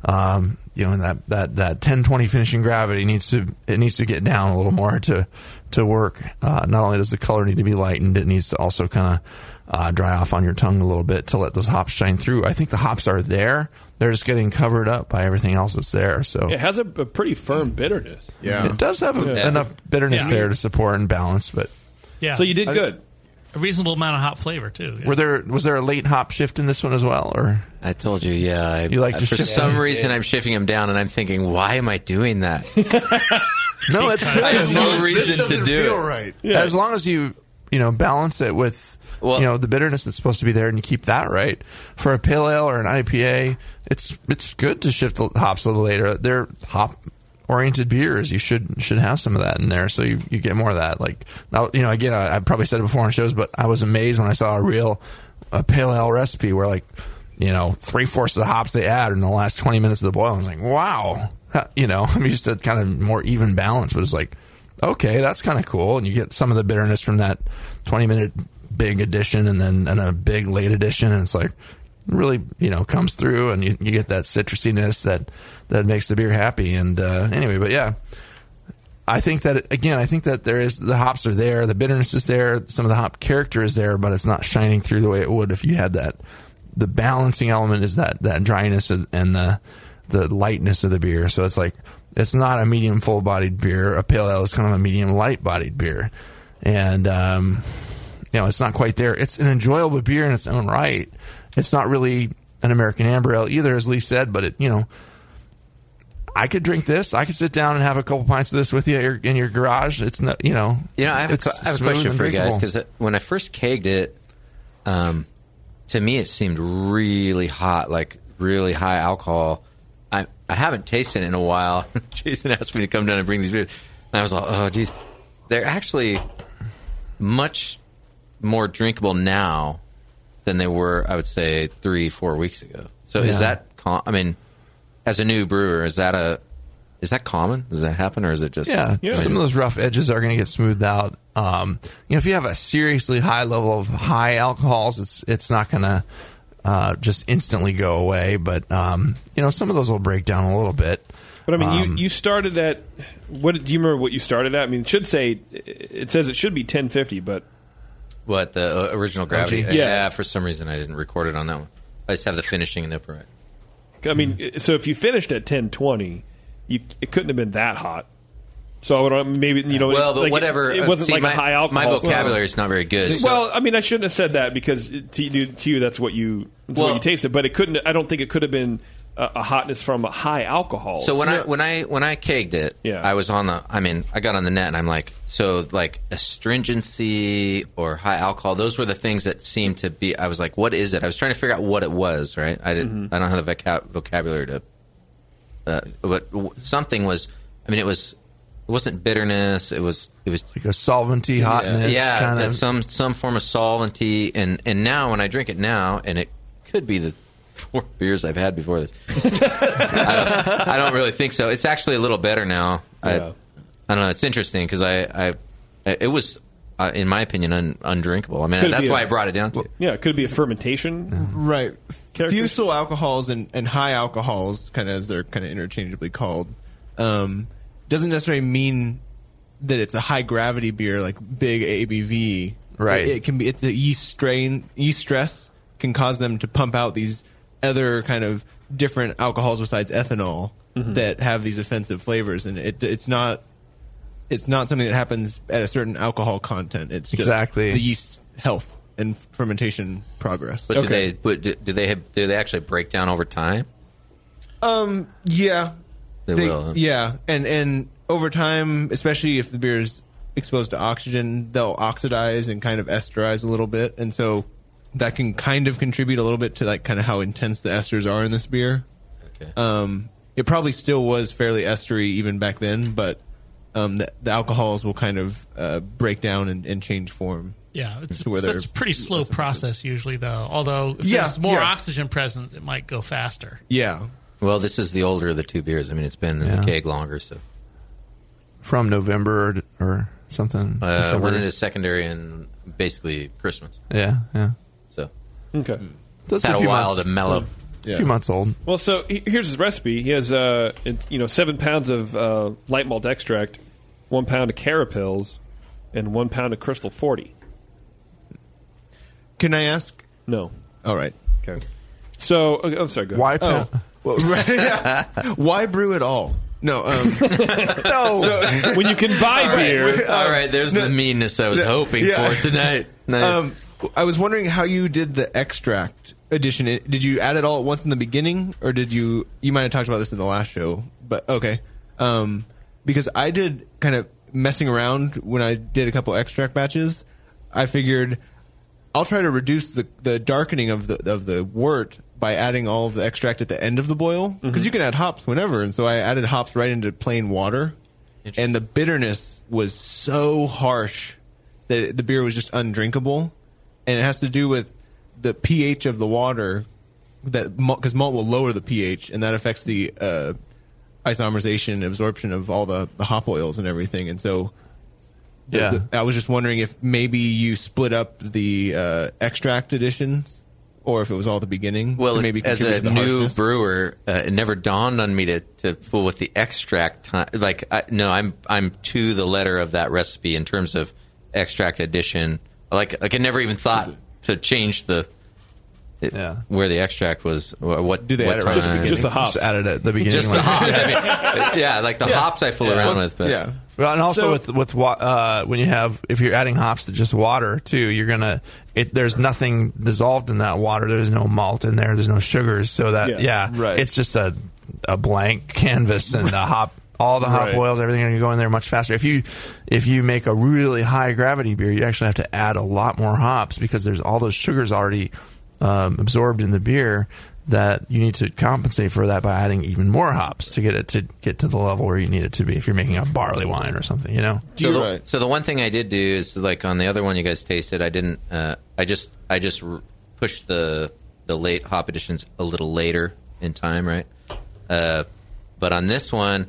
G: um, you know that that that ten twenty finishing gravity needs to it needs to get down a little more to to work. Uh, not only does the color need to be lightened, it needs to also kind of uh, dry off on your tongue a little bit to let those hops shine through. I think the hops are there; they're just getting covered up by everything else that's there. So
E: It has a, a pretty firm bitterness.
G: it does have a,
E: Yeah.
G: enough bitterness
F: Yeah.
G: there to support and balance, but.
F: Yeah.
E: So you did good.
F: A reasonable amount of hot flavor too.
G: Were there was there a late hop shift in this one as well, or
D: I told you, yeah. I,
G: You like
D: I-
G: to
D: for
G: shift
D: some
G: them.
D: reason I'm shifting them down, and I'm thinking, why am I doing that?
G: no? It's
D: I have
G: good.
D: no reason to do it.
J: right.
G: As long as you you know balance it with
D: Well-
G: you know the bitterness that's supposed to be there, and you keep that right for a pale ale or an IPA, it's it's good to shift the hops a little later. They're hop oriented beers. You should should have some of that in there, so you, you get more of that. Like now, you know, again, I, I probably said it before on shows, but I was amazed when I saw a real a pale ale recipe where like you know three fourths of the hops they add in the last twenty minutes of the boil. I was like, wow, you know, I mean, just a kind of more even balance, but it's like okay, that's kind of cool. And you get some of the bitterness from that 20 minute big edition and then and a big late edition. And it's like really, you know, comes through and you, you get that citrusiness that, that makes the beer happy. And uh, anyway, but yeah, I think that, again, I think that there is the hops are there, the bitterness is there, some of the hop character is there, but it's not shining through the way it would if you had that. The balancing element is that, that dryness and and the, the lightness of the beer. So it's like it's not a medium full bodied beer. A pale ale is kind of a medium light bodied beer, and um, you know it's not quite there. It's an enjoyable beer in its own right. It's not really an American amber ale either, as Lee said, but it you know. I could drink this. I could sit down and have a couple pints of this with you at your, in your garage. It's not, you know.
D: You know, I have, a,
G: it's
D: que- I have a
G: smooth
D: question
G: and
D: for you guys
G: drinkable.
D: because when I first kegged it, um, to me it seemed really hot, like really high alcohol. I I haven't tasted it in a while. Jason asked me to come down and bring these beers, and I was like, oh geez, they're actually much more drinkable now than they were, I would say, three four weeks ago. So
G: Yeah.
D: is that? Com- I mean, as a new brewer, is that a is that common? Does that happen, or is it just
G: Yeah,
E: Yeah.
G: some of those rough edges are going to get smoothed out. Um, you know, if you have a seriously high level of high alcohols, it's it's not going to uh, just instantly go away. But um, you know, some of those will break down a little bit.
E: But I mean,
G: Um,
E: you, you started at what? Do you remember what you started at? I mean, it should say it says it should be ten fifty, but
D: What the uh, original gravity?
E: Yeah.
D: For some reason, I didn't record it on that one. I just have the finishing in the upper right.
E: I mean,
D: Hmm.
E: so if you finished at ten twenty, you it couldn't have been that hot. So I would uh, maybe you know.
D: well, but
E: like,
D: whatever. uh,
E: It, wasn't
D: see,
E: like
D: my,
E: a high alcohol.
D: My vocabulary is not very good. so-
E: Well, I mean, I shouldn't have said that because to you, to you that's what you that's
D: Well-
E: what you tasted. But it couldn't. I don't think it could have been a, a hotness from a high alcohol.
D: So when I when I when I kegged it,
E: Yeah.
D: I was on the. I mean, I got on the net, and I'm like, so like astringency or high alcohol. Those were the things that seemed to be. I was like, what is it? I was trying to figure out what it was. Right? I didn't.
E: Mm-hmm.
D: I don't have the voca- vocabulary to. Uh, but w- something was. I mean, it was. It wasn't bitterness. It was. It was
G: Like a solventy hotness,
D: yeah,
G: kind
D: that's
G: of.
D: some some form of solventy, and and now when I drink it now, and it could be the four beers I've had before this. I, don't, I don't really think so. It's actually a little better now.
E: Yeah.
D: I I don't know. It's interesting because I, I it was uh, in my opinion un, undrinkable. I mean
E: Could
D: that's
E: be
D: why
E: a-
D: I brought it down to. you.
E: yeah, it could be a fermentation.
J: Right.
E: Characters.
J: Fusel alcohols and, and high alcohols, kind of as they're kind of interchangeably called, um, doesn't necessarily mean that it's a high gravity beer like big ABV.
G: Right.
J: It, it can be it's a yeast strain, yeast stress can cause them to pump out these other kind of different alcohols besides ethanol that have these offensive flavors, and it it's not it's not something that happens at a certain alcohol content. It's just
G: Exactly.
J: the yeast health and fermentation progress.
D: But do
E: Okay.
D: they but do, do they have, do they actually break down over time?
H: Um. Yeah.
D: They will, huh?
H: Yeah, and and over time, especially if the beer is exposed to oxygen, they'll oxidize and kind of esterize a little bit, and so that can kind of contribute a little bit to like kind of how intense the esters are in this beer.
D: Okay.
H: Um. It probably still was fairly estery even back then, but um, the, the alcohols will kind of uh, break down and, and change form.
F: Yeah, it's,
H: to where
F: it's a
H: they're-
F: pretty slow process usually, though. Although if
H: Yeah,
F: there's more
H: yeah.
F: oxygen present, it might go faster.
H: Yeah.
D: Well, this is the older of the two beers. I mean, it's been in
G: Yeah.
D: the keg longer, so
G: from November or, or something.
D: uh,
G: December.
D: went into secondary and basically Christmas.
G: yeah, yeah.
D: So
E: Okay.
G: That's
D: had a
G: few
D: while
G: months,
D: to mellow.
G: a few months old.
E: Well, so he- here's his recipe. He has uh, it's, you know seven pounds of uh, light malt extract, one pound of carapils, and one pound of crystal forty.
H: Can I ask?
E: No.
H: All right.
E: Okay. So okay, I'm sorry. Go ahead.
G: Why?
H: Oh, well, right, yeah. Why brew at all? No. Um, no.
E: When you can buy beer,
D: All right, there's the meanness I was hoping
H: yeah.
D: for tonight. Nice.
H: um, I was wondering how you did the extract addition. It- Did you add it all at once in the beginning, or did you? You might have talked about this in the last show, but okay. Um, because I did kind of messing around when I did a couple extract batches. I figured I'll try to reduce the, the darkening of the of the wort by adding all of the extract at the end of the boil because you can add hops whenever. And so I added hops right into plain water, and the bitterness was so harsh that it- the beer was just undrinkable. And it has to do with the pH of the water that because malt will lower the pH and that affects the uh, isomerization absorption of all the, the hop oils and everything. And so
G: Yeah.
H: the- I was just wondering if maybe you split up the uh, extract editions, or if it was all at the beginning.
D: well,
H: to maybe
D: as a
H: contribute to the
D: new
H: harshness.
D: brewer, uh, it never dawned on me to, to fool with the extract time. Like, I, no, I'm I'm to the letter of that recipe in terms of extract addition. Like, like I never even thought to change the it-
G: Yeah.
D: where the extract was. wh- What
H: Do they
D: what
H: add it right at the
D: time.
H: beginning?
E: just the hops.
G: Just added at the beginning.
D: Just the
G: like-
D: hops. I mean, yeah, like the hops I fool around
H: Well,
D: with. But
H: yeah,
G: Well, and also
H: So-
G: with with wa- uh, when you have if you're adding hops to just water too, you're gonna it, there's nothing dissolved in that water. There's no malt in there. There's no sugars. So that
E: Yeah,
G: yeah,
H: right.
G: it's just a a blank canvas and the hop. All the hop
H: Right.
G: oils, everything are going to go in there much faster. If you if you make a really high gravity beer, you actually have to add a lot more hops because there's all those sugars already um, absorbed in the beer that you need to compensate for that by adding even more hops to get it to get to the level where you need it to be if you're making a barley wine or something, you know.
D: So the,
H: You're right.
D: so the one thing I did do is like on the other one you guys tasted, I didn't. Uh, I just I just r- pushed the the late hop editions a little later in time, right? Uh, but on this one,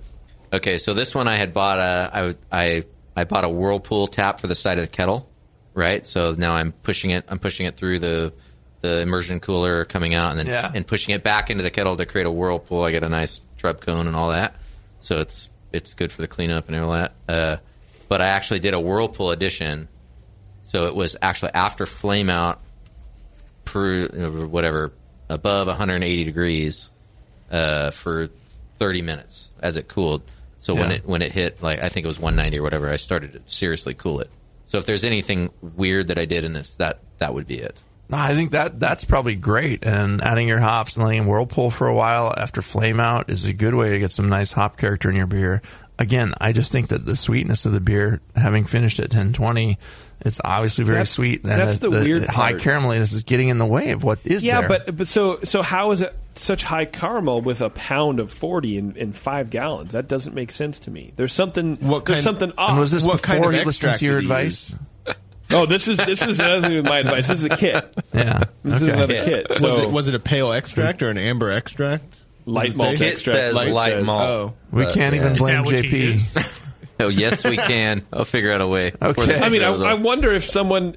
D: okay, so this one I had bought a I would- I I bought a whirlpool tap for the side of the kettle, right? So now I'm pushing it. I'm pushing it through the the immersion cooler coming out and then
G: Yeah.
D: and pushing it back into the kettle to create a whirlpool. I get a nice trub cone and all that, so it's it's good for the cleanup and all that. Uh, but I actually did a whirlpool edition, so it was actually after flame out, per, whatever, above 180 degrees uh, for 30 minutes as it cooled. So when
G: Yeah.
D: it when it hit like I think it was 190 or whatever, I started to seriously cool it. So if there's anything weird that I did in this, that that would be it.
G: No, I think that that's probably great. And adding your hops and letting them whirlpool for a while after flame out is a good way to get some nice hop character in your beer. Again, I just think that the sweetness of the beer, having finished at 1020, it's obviously very
E: That's-
G: sweet. And
E: that's the weird
G: high
E: part.
G: carameliness is getting in the way of what is
E: yeah,
G: there.
E: but but so so how is it such high caramel with a pound of forty in, in five gallons? That doesn't make sense to me. There's something.
H: What
E: there's
H: kind-
E: something off.
G: and was this
H: what
G: before
H: kind of
G: you listened
H: extract
G: to your
H: did he
G: advice?
E: oh, this is this is another thing with my advice. This is a kit.
G: Yeah.
E: This is
G: Okay.
E: another kit. So
H: was it was it a pale extract or an amber extract?
E: Light
H: Does it
E: malt
H: say?
E: Kit extract.
D: says light
H: says-
D: malt.
H: Oh.
G: We
D: But,
G: can't
D: yeah.
G: even
D: Is
G: blame
F: that what you used?
G: JP.
D: Oh yes, we can. I'll figure out a way. before
G: Okay.
D: the
E: I mean, I,
D: intro is
E: I
D: over.
E: wonder if someone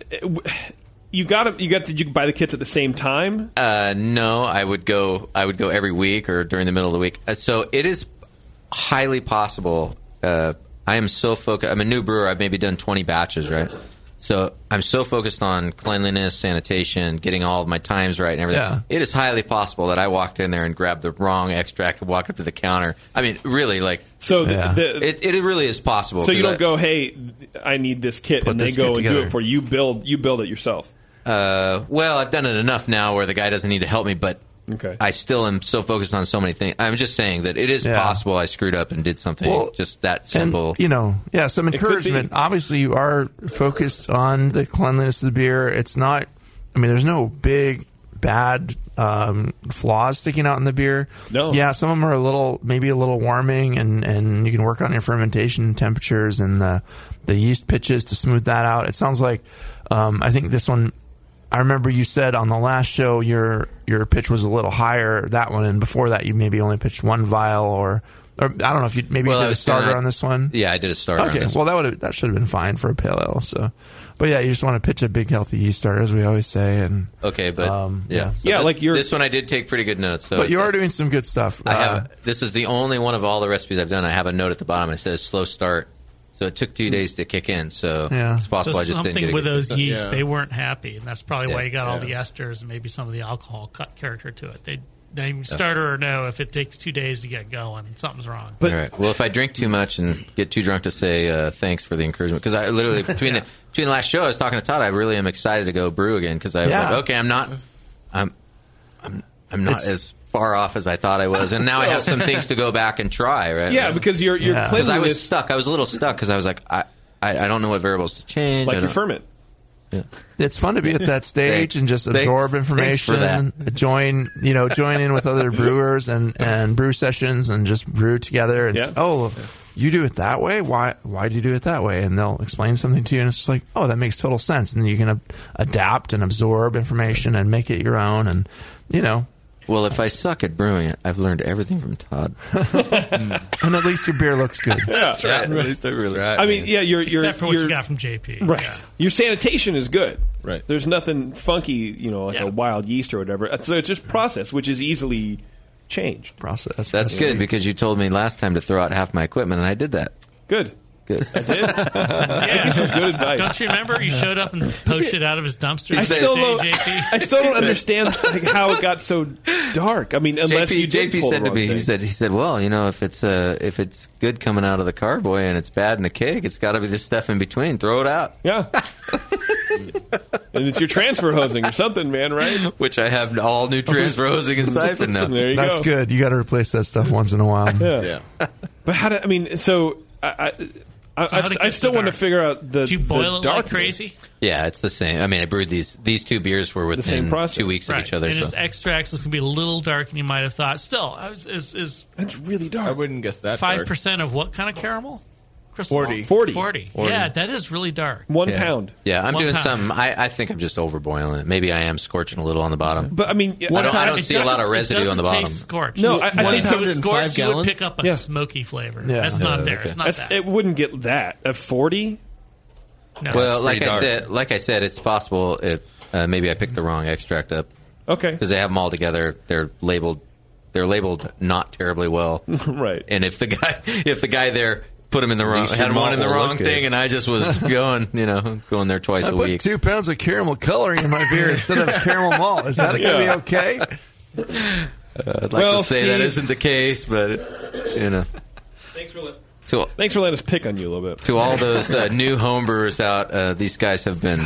E: you got to you got did you buy the kits at the same time?
D: Uh, no, I would go. I would go every week or during the middle of the week. Uh, so it is highly possible. Uh, I am so focused. I'm a new brewer. I've maybe done 20 batches, right? So I'm so focused on cleanliness, sanitation, getting all of my times right, and everything.
G: Yeah.
D: It is highly possible that I walked in there and grabbed the wrong extract and walked up to the counter. I mean, really, like
E: So the,
G: Yeah.
E: the,
D: it. It really is possible.
E: so you
D: 'cause
E: don't
D: I-
E: go, hey, I need this kit, and they
G: this
E: go and
G: kit
E: do it
G: together.
E: for you. You Build you build it yourself.
D: Uh, well, I've done it enough now where the guy doesn't need to help me, but
E: Okay.
D: I still am so focused on so many things. I'm just saying that it is
G: Yeah.
D: possible I screwed up and did something
G: Well,
D: just that
G: And,
D: simple.
G: you know, yeah, some
E: could be.
G: encouragement. Obviously, you are focused on the cleanliness of the beer. It's not, I mean, there's no big, bad um, flaws sticking out in the beer.
E: No.
G: Yeah, some of them are a little, maybe a little warming, and, and you can work on your fermentation temperatures and the, the yeast pitches to smooth that out. It sounds like, um, I think this one. I remember you said on the last show your your pitch was a little higher that one, and before that you maybe only pitched one vial or or I don't know if you maybe
D: Well,
G: you
D: I
G: did a
D: was
G: starter
D: gonna-
G: on this one.
D: yeah, I did a starter. on
G: Okay,
D: this.
G: well that would have that should have been fine for a pale ale. So, but yeah, you just want to pitch a big healthy yeast starter, as we always say. And
D: okay, but
G: um,
D: yeah,
G: yeah.
D: So
E: Yeah,
D: this-
E: like you're-
D: this one I did take pretty good notes. So
G: but you
D: it's-
G: are doing some good stuff.
D: I
G: Uh,
D: have. This is the only one of all the recipes I've done. I have a note at the bottom. It says slow start, so it took two days to kick in. So
G: Mm. Yeah.
D: it's possible
F: so
D: I just didn't get
F: something
D: it.
F: with those yeast,
J: Yeah.
F: they weren't happy, and that's probably why
D: Yeah,
F: you got all
J: yeah.
F: the esters and maybe some of the alcohol cut character to it. They, they starter or no, if it takes two days to get going, something's wrong.
E: But-
D: All right. Well, if I drink too much and get too drunk to say uh, thanks for the encouragement, because I literally between the, between the last show I was talking to Todd, I really am excited to go brew again because I was
G: Yeah.
D: like, okay, I'm not, I'm, I'm, I'm not as far off as I thought I was, and now I have some things to go back and try. Right?
E: Yeah, because your your
G: Yeah.
D: 'Cause I was
E: cleanliness,
D: stuck. I was a little stuck because I was like, I, I, I don't know what variables to change. I
E: like your
D: don't-
E: ferment.
G: it's fun to be at that stage
D: Thanks.
G: and just
D: Thanks-
G: absorb
D: thanks for
G: information.
D: that.
G: Join you know join in with other brewers and and brew sessions and just brew together. And
E: Yeah.
G: s- oh, you do it that way. Why why do you do it that way? And they'll explain something to you, and it's just like oh that makes total sense. And you can ab- adapt and absorb information and make it your own. And you know
D: Well, if I suck at brewing it, I've learned everything from Todd.
G: and at least your beer looks good.
D: That's right. At least I really.
E: I mean, yeah, your your
F: Except for what
E: your,
F: you got from JP.
E: Right.
F: Yeah.
E: Your sanitation is good.
J: Right.
E: There's nothing funky, you know, like
F: Yeah.
E: a wild yeast or whatever. So it's just process, which is easily changed.
G: Process.
D: That's good because you told me last time to throw out half my equipment, and I did that.
E: Good.
D: Good.
F: Yeah.
E: Good advice.
F: Don't you remember? You showed up and poached it out of his dumpster.
E: I
F: the
E: still
F: next
E: don't.
F: day,
E: I
F: JP.
E: still don't understand like, how it got so dark. I mean, unless
D: JP,
E: you did
D: JP
E: pull the
D: said to
E: wrong
D: me,
E: thing.
D: he said, he said, well, you know, if it's uh, if it's good coming out of the carboy and it's bad in the cake, it's got to be this stuff in between. Throw it out,
E: "Yeah." and it's your transfer hosing or something, man. Right?
D: which I have all new transfer hosing and siphon now.
E: There you
G: That's
E: go.
G: good. You got to replace that stuff once in a while.
J: Yeah.
E: But how do I mean? So I, I, I,
F: how'd it
E: I
F: get
E: still
F: so
E: want to
F: dark?
E: figure out the.
F: Did you
E: the
F: boil it like
E: darkness.
F: crazy?
D: Yeah, it's the same. I mean, I brewed these these two beers were
E: same
D: within
E: process.
D: two weeks of each uh, other.
F: And
D: So.
F: his extracts is going to be a little darker than you might have thought. Still, I was- is is
E: That's really
J: I
E: dark.
J: wouldn't guess that.
F: five
J: dark.
F: percent of what kind of caramel? Crystal
J: 40.
E: 40.
F: 40. Yeah, that is really dark.
E: One
D: yeah.
E: pound.
D: Yeah, I'm
F: One
D: doing
F: pound.
D: something. I, I think I'm just overboiling it. Maybe I am scorching a little on the bottom.
E: But I mean, yeah,
D: I don't, I
F: It
D: don't see a lot
F: doesn't-
D: of
F: it
D: residue on the
F: doesn't
D: bottom.
F: Taste scorched.
E: No, I- I
F: When
E: think
F: if it was
J: 105
F: scorched, you would
J: gallons?
F: pick up a
E: Yeah.
F: smoky flavor.
G: Yeah.
F: That's not
D: Yeah,
F: there.
D: okay.
F: It's not
E: that's,
F: that.
E: it wouldn't get that at forty.
F: no,
D: Well,
F: it's
D: like
F: pretty
D: I
F: dark.
D: said, like I said, it's possible if uh, maybe I picked the wrong extract up
E: Okay.
D: because they have them all together. They're labeled. They're labeled not terribly well.
E: Right.
D: And if the guy, if the guy there put them in the wrong,
H: least
D: had
H: your
D: one
H: malt
D: in the
H: will
D: wrong
H: look good.
D: thing, and I just was going, you know, going there twice
G: I
D: a
G: put
D: week.
G: two pounds of caramel coloring in my beer instead of caramel malt. Is that going to
E: Yeah.
G: be okay?
D: I'd like
E: Well,
D: to say that
E: Steve-
D: isn't the case, but you know,
E: Thanks for let-
D: to
E: thanks for letting us pick on you a little bit.
D: to all those uh, new homebrewers out, uh, these guys have been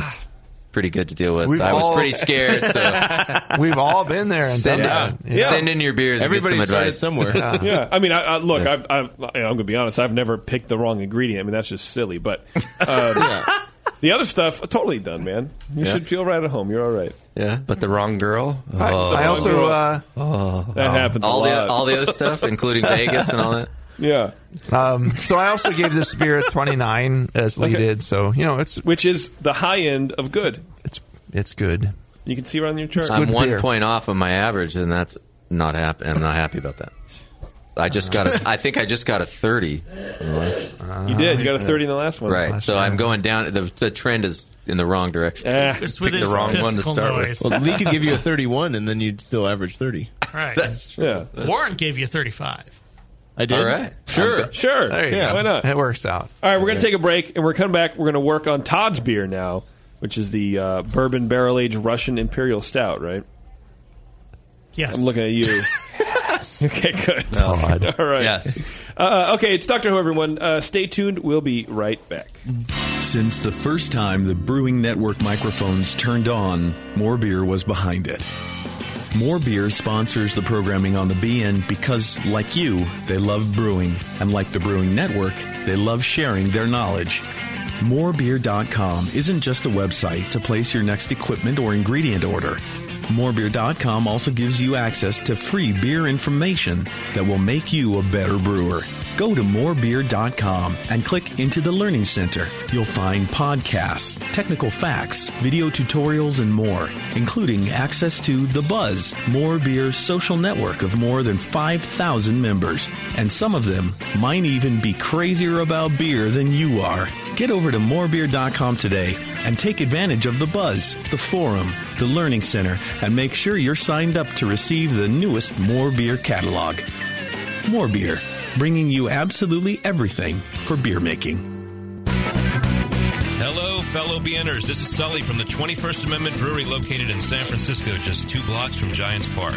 D: pretty good to deal with.
G: We've
D: I was
G: all-
D: pretty scared, so
G: We've all been there and done
J: Yeah.
G: that.
E: Yeah.
D: send in your beers and
J: Everybody
D: get some
J: started
D: advice.
J: somewhere.
G: Uh-huh.
E: Yeah, I mean, I, I, look, I've, I've, I'm going to be honest. I've never picked the wrong ingredient. I mean, that's just silly. But um, the other stuff, totally done, man. You
D: Yeah.
E: should feel right at home. You're all right.
D: yeah,
H: But the wrong girl. Oh.
G: I, I
E: Oh,
G: also uh,
E: That happens.
D: all
E: a
D: the
E: lot.
D: all the other stuff, including Vegas and all that.
E: yeah,
G: um, so I also gave this beer a 29 as Lee
E: Okay.
G: did. So you know it's
E: which is the high end of good.
G: it's it's good.
E: You can see right on your chart.
D: I'm
G: Good
D: one
G: beer.
D: point off of my average, and that's not happy. I'm not happy about that. I just got
G: Uh-huh.
D: a. I think I just got a thirty.
E: you did. You got a 30 in the last one.
D: Right, so I'm going down. The, the trend is in the wrong direction.
E: Eh,
F: It's with
D: picked
F: his
D: the wrong one to
F: statistical
D: start with.
F: noise.
J: Well, Lee could give you a 31, and then you'd still average 30.
F: Right.
E: yeah.
F: Warren gave you 35.
J: I did.
D: All right,
J: Sure.
E: Sure.
G: There you
J: Yeah.
G: go.
E: Why not?
G: It works out.
E: All right, we're going to take a break, and we're coming back. We're going to work on Todd's beer now, which is the uh, bourbon barrel aged Russian Imperial Stout. Right?
F: Yes.
E: I'm looking at you. okay, good. All right.
D: Yes.
E: Uh, okay, it's Doctor Who, everyone. Uh, stay tuned. We'll be right back.
A: Since the first time the Brewing Network microphones turned on, more beer was behind it. More Beer sponsors the programming on the BN because, like you, they love brewing. And like the Brewing Network, they love sharing their knowledge. Morebeer.com isn't just a website to place your next equipment or ingredient order. Morebeer.com also gives you access to free beer information that will make you a better brewer. Go to morebeer.com and click into the Learning Center. You'll find podcasts, technical facts, video tutorials, and more, including access to The Buzz, More Beer's social network of more than 5,000 members. And some of them might even be crazier about beer than you are. Get over to morebeer.com today and take advantage of The Buzz, the forum, the Learning Center, and make sure you're signed up to receive the newest More Beer catalog. More Beer, bringing you absolutely everything for beer making.
G: Hello, fellow BNers. This is Sully from the 21st Amendment Brewery located in San Francisco, just two blocks from Giants Park.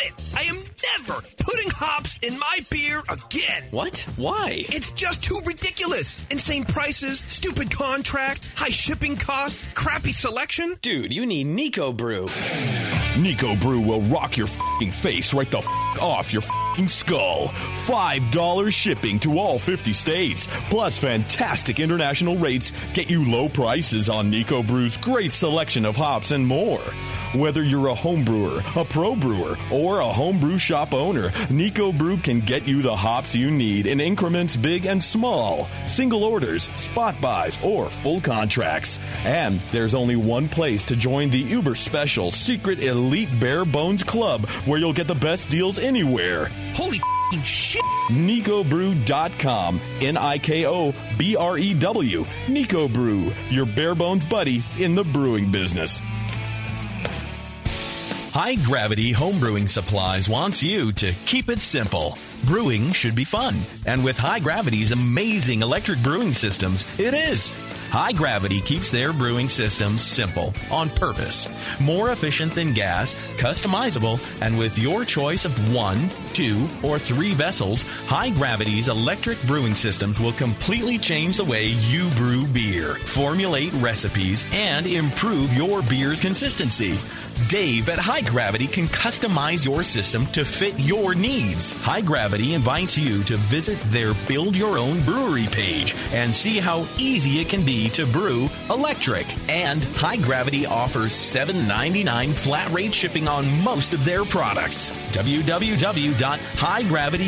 K: it. I am never putting hops in my beer again.
L: What? Why?
K: It's just too ridiculous. Insane prices, stupid contracts, high shipping costs, crappy selection.
L: Dude, you need Nico Brew.
M: Nico Brew will rock your fing face right the f- off your fing skull. $5 shipping to all 50 states, plus fantastic international rates get you low prices on Nico Brew's great selection of hops and more. Whether you're a home brewer, a pro brewer, or a homebrew shop owner, Nico Brew can get you the hops you need in increments big and small, single orders, spot buys, or full contracts. And there's only one place to join the uber special secret elite bare bones club where you'll get the best deals anywhere.
K: Holy shit!
M: NicoBrew.com. E N I K O B R E W. Nico Brew, your bare bones buddy in the brewing business.
A: High Gravity Homebrewing Supplies wants you to keep it simple. Brewing should be fun, and with High Gravity's amazing electric brewing systems, it is. High Gravity keeps their brewing systems simple, on purpose, more efficient than gas, customizable, and with your choice of one, two, or three vessels, High Gravity's electric brewing systems will completely change the way you brew beer, formulate recipes, and improve your beer's consistency. Dave at High Gravity can customize your system to fit your needs. High Gravity invites you to visit their Build Your Own Brewery page and see how easy it can be to brew electric. And High Gravity offers $7.99 flat rate shipping on most of their products.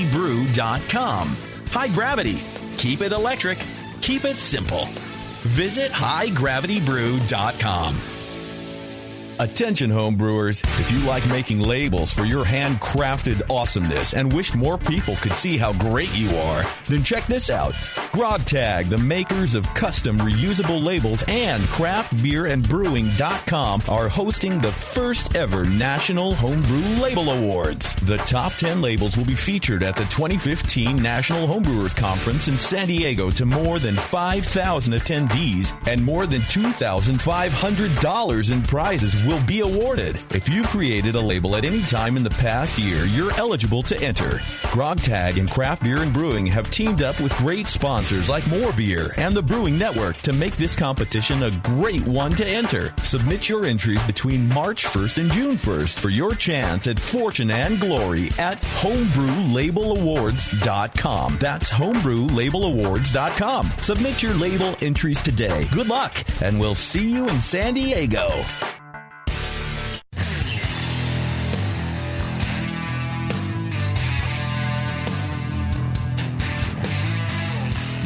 A: www.highgravitybrew.com. High Gravity. Keep it electric. Keep it simple. Visit highgravitybrew.com.
M: Attention homebrewers, if you like making labels for your handcrafted awesomeness and wish more people could see how great you are, then check this out. GrogTag, the makers of custom reusable labels and craftbeerandbrewing.com are hosting the first ever National Homebrew Label Awards. The top 10 labels will be featured at the 2015 National Homebrewers Conference in San Diego to more than 5,000 attendees and more than $2,500 in prizes will be awarded. If you've created a label at any time in the past year, you're eligible to enter. GrogTag and Craft Beer and Brewing have teamed up with great sponsors like More Beer and the Brewing Network to make this competition a great one to enter. Submit your entries between March 1st and June 1st for your chance at fortune and glory at homebrewlabelawards.com. That's homebrewlabelawards.com. Submit your label entries today. Good luck, and we'll see you in San Diego.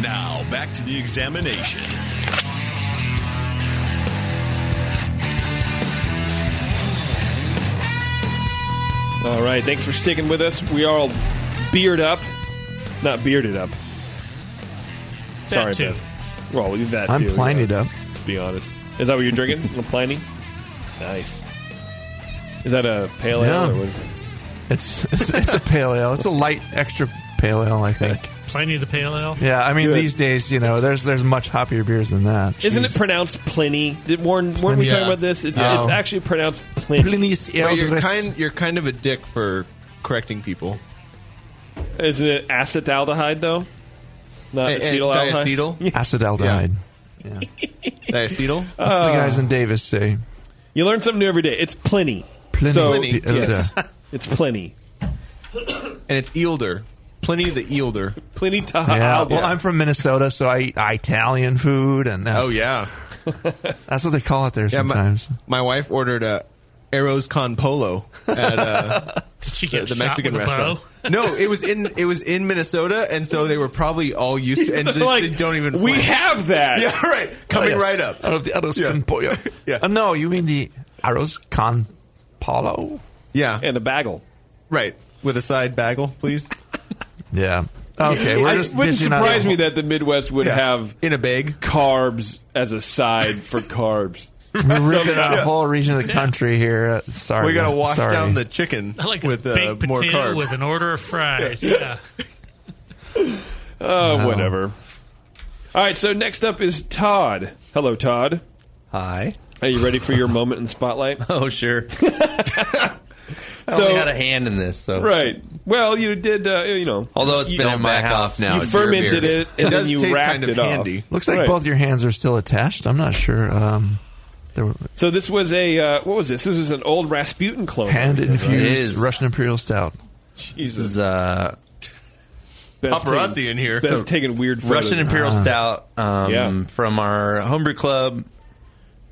N: Now, back to the examination.
E: All right, thanks for sticking with us. We are all beard up, not bearded up. Sorry,
G: too.
E: Ben. Well, you that
G: I'm
E: too.
G: plinied up.
E: Let's be honest. Is that what you're drinking? A little pliny? Nice. Is that a pale ale
G: Yeah.
E: or what is it?
G: It's it's, it's a pale ale. It's a light extra pale ale, I think.
F: Pliny the Pale Ale.
G: Yeah, I mean
E: Good.
G: these days, you know, there's there's much hoppier beers than that.
E: Isn't it pronounced Pliny? Did Warren, weren't we
G: Pliny.
E: talking
G: Yeah.
E: about this? It's,
G: No.
E: it's actually pronounced Pliny.
J: Well, you're kind. You're kind of a dick for correcting people.
E: Isn't it acetaldehyde though? Not
J: Eh, eh,
E: acetylaldehyde.
J: diacetyl?
G: Acetaldehyde.
J: Diacetyl.
G: That's what the guys
J: Uh,
G: in Davis say.
E: You learn something new every day. It's Pliny.
G: Pliny
E: So,
G: the
E: yes.
J: Uh,
G: Elder.
E: it's Pliny.
J: and it's Eelder. Pliny the Eelder.
E: Pliny to
G: Yeah. Well, I'm from Minnesota, so I eat Italian food, and uh,
J: Oh yeah.
G: that's what they call it there sometimes.
J: My, my wife ordered a arrows con polo at uh,
F: she
G: get
J: the, the
G: shot
J: Mexican
G: with a bow?
J: restaurant. No, it was in it was in Minnesota, and so they were probably all used to and just
G: Like,
J: they don't even.
G: "We
J: flinch."
G: have that.
J: Yeah, right. Coming
G: Oh, yes.
J: right up
G: Out of the arrows con pollo.
J: yeah.
G: Uh, no, you mean the arrows con polo?
J: Yeah,
E: and a bagel.
J: Right, with a side bagel, please.
G: Yeah. Okay, we're
E: it
G: just
E: wouldn't
G: dishing out-
E: surprise me that the Midwest would
G: Yeah.
E: have
J: in a bag
E: carbs as a side for carbs.
G: We're ripping out
E: Yeah.
G: a whole region of the country here. Uh, Sorry,
J: we gotta wash
G: sorry.
J: down the chicken
F: I like
J: with
F: a
J: uh,
F: baked
J: more
F: potato
J: carbs.
F: with an order of fries. Yeah.
E: Oh,
J: Wow.
E: whatever. All right, so next up is Todd. Hello, Todd.
H: Hi.
E: Are you ready for your moment in spotlight?
H: Oh, sure. I
E: So-
H: only had a hand in this, so
E: Right. Well, you did. Uh, you know,
H: Although it's
E: you-
H: been at my house now,
E: you
H: it's your
E: fermented
H: beer.
E: it and then
H: It does
E: you
H: taste
E: wrapped
H: kind of
E: it off.
H: handy.
G: Looks like
E: Right.
G: both your hands are still attached. I'm not sure. Um, there were
E: So this was a uh, what was this? This was an old Rasputin clone.
G: hand
E: It
G: infused
E: is.
G: Russian Imperial Stout.
E: Jesus.
H: This is, uh,
E: Ben's
H: Paparazzi
E: taking-
H: in here.
E: Ben's
H: So-
E: taking weird photos.
H: Russian Imperial
G: Ah.
H: Stout um,
E: Yeah.
H: from our homebrew club,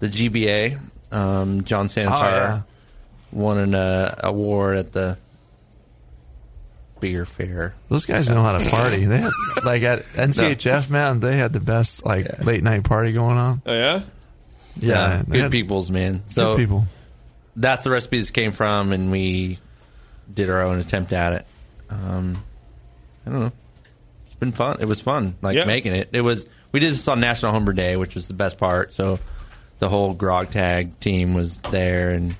H: the GBA. Um, John Santar
G: Oh, yeah.
H: won an uh, award at the beer fair.
G: Those guys know how to party. They had, like at NCHF, man, they had the best like late night party going on.
E: Oh yeah,
H: yeah,
G: Yeah, they
H: good
G: had-
H: peoples, man.
G: Good
H: So
G: people.
H: That's the recipe this came from, and we did our own attempt at it. Um, I don't know. It's been fun. It was fun, like
E: Yeah.
H: making it. It was. We did this on National Homebrew Day, which was the best part. So the whole Grog Tag team was there, and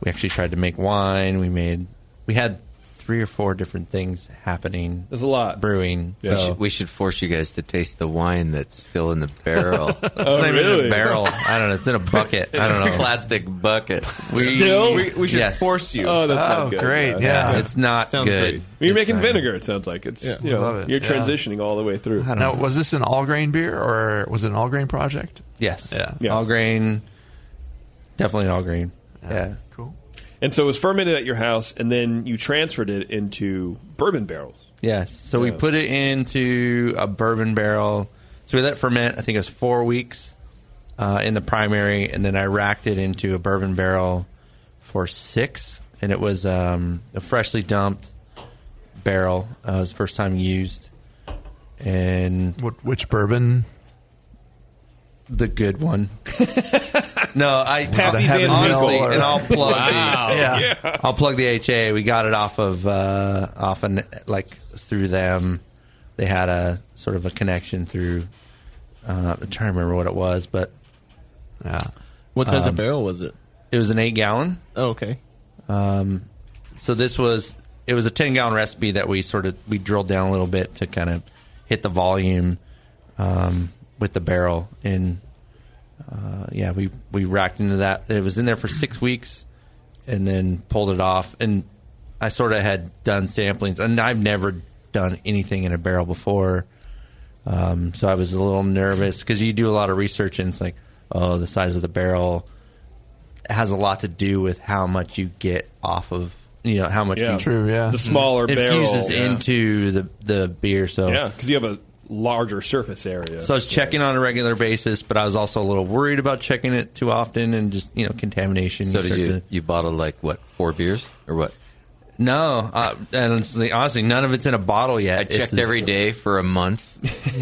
H: we actually tried to make wine. We made. We had three or four different things happening.
E: There's a lot
H: brewing.
D: We,
H: So
D: should, we should force you guys to taste the wine that's still in the barrel.
H: Oh, It's not even in a really? barrel. I don't know. It's in a bucket. I don't know.
D: Plastic bucket.
H: We- Still? we- we should force you. Oh, that's not Oh, good. great, Yeah. yeah. It's not Sounds good. great.
E: You're
H: It's
E: making
H: not-
E: vinegar. It sounds like it's
G: Yeah.
E: you know,
G: Love it.
E: you're
G: Yeah.
E: transitioning all the way through.
G: Now, was this an all grain beer or was it an all grain project?
H: Yes.
G: Yeah.
H: All grain. Definitely an all grain. Yeah.
G: Cool.
E: And so it was fermented at your house, and then you transferred it into bourbon barrels.
H: Yes. So we
E: Yeah.
H: put it into a bourbon barrel. So we let it ferment. I think it was four weeks uh, in the primary, and then I racked it into a bourbon barrel for six, and it was um, a freshly dumped barrel. Uh, it was the first time used, and
G: What, which bourbon?
H: The good one. no, I
G: Pappy Van
H: honestly,
G: Winkle or-
H: and I'll plug.
G: Wow.
H: The,
G: Yeah.
H: I'll plug the HA. We got it off of uh, off an like through them. They had a sort of a connection through. Uh, I'm trying to remember what it was, but
G: yeah.
J: What size
G: Um,
J: of barrel was it?
H: It was an eight gallon.
J: Oh, okay.
H: Um, so this was it was a ten gallon recipe that we sort of we drilled down a little bit to kind of hit the volume um, with the barrel and uh, yeah we we racked into that. It was in there for six weeks and then pulled it off and I sort of had done samplings and I've never done anything in a barrel before. Um, so I was a little nervous because you do a lot of research and it's like, oh, the size of the barrel has a lot to do with how much you get off of you know how much
E: Yeah.
H: you
E: True, yeah. The smaller
H: it fuses
E: barrel, yeah.
H: into the the beer so
E: Yeah, because you have a larger surface area.
H: so I was checking on a regular basis but I was also a little worried about checking it too often and just you know contamination
D: So did
H: start
D: you
H: to-
D: you bottled like what four beers or what?
H: No, uh, and honestly, honestly, none of it's in a bottle yet. I
D: checked every
H: day for a month.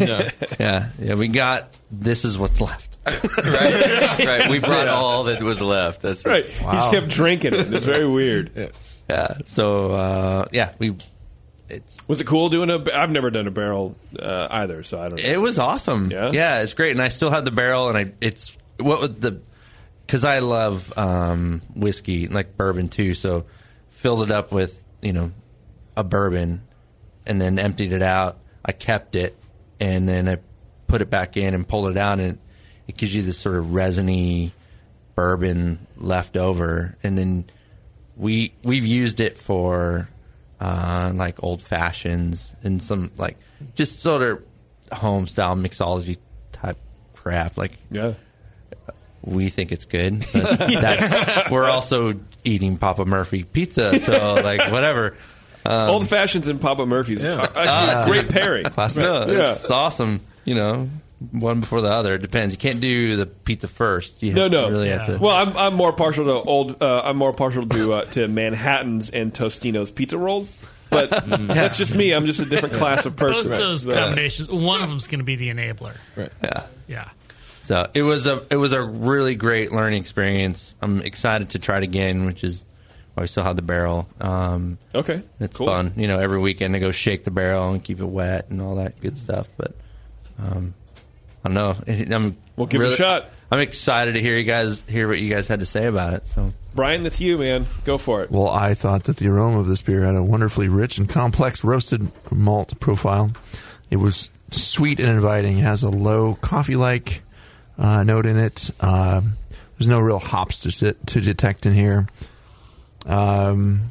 H: yeah, yeah, we got. This is what's left.
D: right, right. We brought
H: Yeah.
D: all that was left. That's
E: Right. He just kept drinking it. It's very weird.
J: Yeah.
H: So uh, yeah, we. It's
E: was it cool doing a? I've never done a barrel uh, either, so I don't. know.
H: It was awesome. Yeah, it's great, and I still have the barrel, and I it's what was the because I love um, whiskey like bourbon too, so filled it up with you know a bourbon, and then emptied it out. I kept it, and then I put it back in and pulled it out, and it, it gives you this sort of resiny bourbon left over, and then we we've used it for uh, like old fashions and some like just sort of home style mixology type craft. Like
E: yeah,
H: we think it's good. But that, we're also eating Papa Murphy pizza, so like whatever. Um,
E: Old fashions and Papa Murphy's are actually a
H: Ah.
E: great pairing.
H: No,
E: Yeah.
H: it's awesome. You know, one before the other. It depends. You can't do the pizza first. You
E: No, no.
H: Really have to.
E: Well, I'm, I'm more partial to old. Uh, I'm more partial to uh, to Manhattan's and Tostino's pizza rolls. But
H: Mm.
E: that's just me. I'm just a different class of person.
F: Both those
E: So-
F: combinations. One of them's going to be the enabler.
J: Right.
H: Yeah.
F: Yeah.
H: So it was a it was a really great learning experience. I'm excited to try it again, which is why we still have the barrel. Um,
E: okay,
H: it's
E: cool.
H: fun. You know, every weekend I go shake the barrel and keep it wet and all that good stuff. But um, I don't know. It- I'm
E: Well, give it a shot.
H: I'm excited to hear you guys hear what you guys had to say about it. So
E: Brian, that's you, man. Go for it.
G: Well, I thought that the aroma of this beer had a wonderfully rich and complex roasted malt profile. It was sweet and inviting. It has a low coffee like uh, note in it. Um there's no real hops to, sit, to detect in here. Um,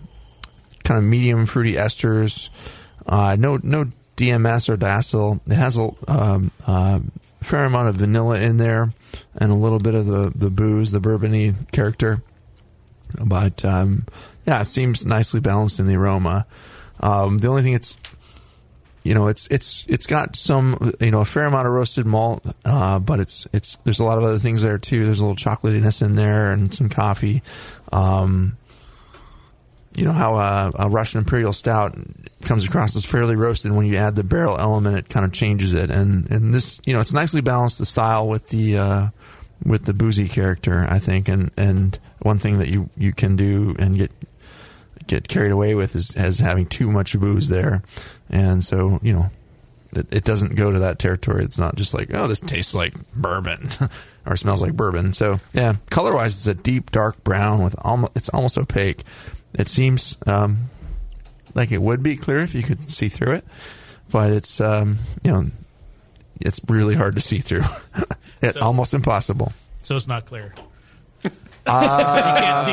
G: kind of medium fruity esters. Uh, no, no DMS or diacetyl. It has a um, uh, fair amount of vanilla in there, and a little bit of the the booze, the bourbony character. But um, yeah, it seems nicely balanced in the aroma. Um, the only thing it's you know it's it's it's got some you know a fair amount of roasted malt, uh, but it's it's there's a lot of other things there too. There's a little chocolatiness in there and some coffee. Um, you know how a, a Russian Imperial Stout comes across as fairly roasted. When you add the barrel element, it kind of changes it. And and this, you know, it's nicely balanced the style with the uh, with the boozy character, I think. And and one thing that you you can do and get get carried away with is as having too much booze there. And so you know, it, it doesn't go to that territory. It's not just like oh, this tastes like bourbon or smells like bourbon. So yeah, color wise, it's a deep dark brown with almost it's almost opaque. It seems um, like it would be clear if you could see through it, but it's um, you know it's really hard to see through. it's
F: So-
G: almost impossible.
F: So it's not clear.
J: Ah.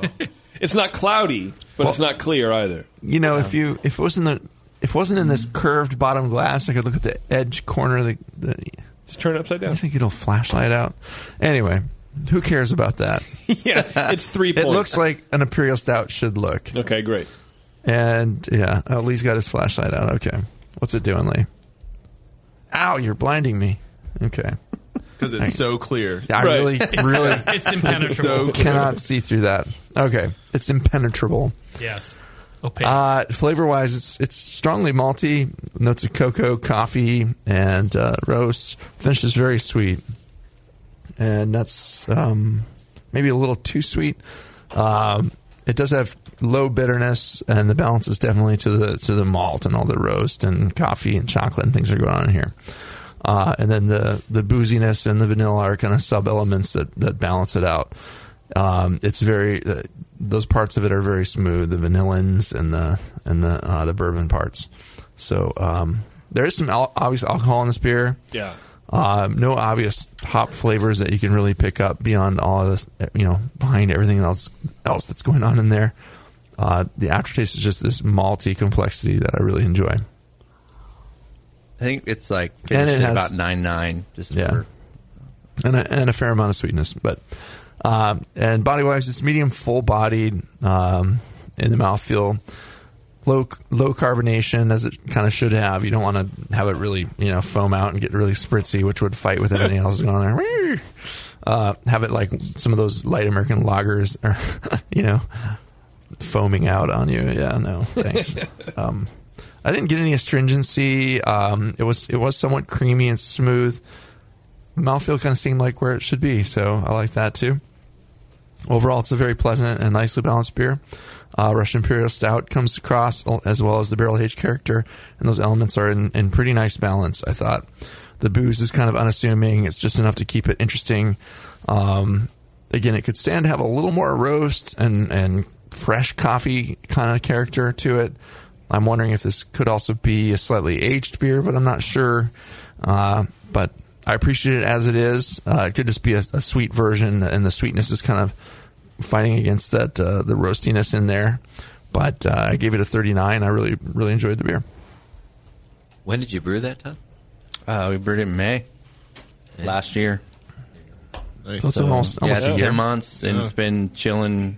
E: can't see through it. it's not cloudy, but it's not clear either.
G: you know, if you if it wasn't the if it wasn't in this curved bottom glass, I could look at the edge corner. Of the, the
E: just turn it upside down.
G: I think it'll flashlight out. Anyway, who cares about that?
E: yeah, it's three
G: it
E: points.
G: looks like an imperial stout should look.
E: Okay, great.
G: And yeah, oh, Lee's got his flashlight out. Okay, what's it doing, Lee? Ow, you're blinding me. Okay,
J: because it's so clear.
G: I really, really,
J: So clear.
G: Cannot see through that. Okay, it's impenetrable.
F: Yes.
G: Uh, flavor wise, it's it's strongly malty, notes of cocoa, coffee, and uh, roast. Finish is very sweet, and that's um, maybe a little too sweet. Um, it does have low bitterness, and the balance is definitely to the to the malt and all the roast and coffee and chocolate and things that are going on here. Uh, and then the the booziness and the vanilla are kind of sub elements that that balance it out. Um, it's very uh, those parts of it are very smooth, the vanillins and the and the uh, the bourbon parts. So um, there is some al- obvious alcohol in this beer.
E: Yeah.
G: Um, no obvious hop flavors that you can really pick up beyond all of this, you know, behind everything else else that's going on in there. Uh, the aftertaste is just this malty complexity that I really enjoy.
H: I think it's like
G: And
H: finished
G: it
H: at
G: has-
H: about nine nine. Just
G: Yeah.
H: for-
G: and a, and a fair amount of sweetness. But um, and body wise, it's medium full bodied um, in the mouthfeel. Low low carbonation as it kind of should have. You don't want to have it really you know foam out and get really spritzy, which would fight with everything else going on there. Whee! Uh, have it like some of those light American lagers, or you know, foaming out on you. Yeah, no, thanks. um, I didn't get any astringency. Um, it was it was somewhat creamy and smooth. Mouthfeel kind of seemed like where it should be, so I like that too. Overall, it's a very pleasant and nicely balanced beer. Uh, Russian Imperial Stout comes across as well as the barrel aged character, and those elements are in, in pretty nice balance. I thought the booze is kind of unassuming; it's just enough to keep it interesting. Um, again, it could stand to have a little more roast and and fresh coffee kind of character to it. I'm wondering if this could also be a slightly aged beer, but I'm not sure. Uh, but I appreciate it as it is. Uh, it could just be a, a sweet version, and the sweetness is kind of fighting against that uh, the roastiness in there. But uh, I gave it a 39. I really really enjoyed the beer.
D: When did you brew that, Tom?
H: Uh, we brewed it in May last year.
G: So it's almost- almost
H: yeah,
G: a
H: it's
G: year.
H: ten months, and
G: Yeah.
H: it's been chilling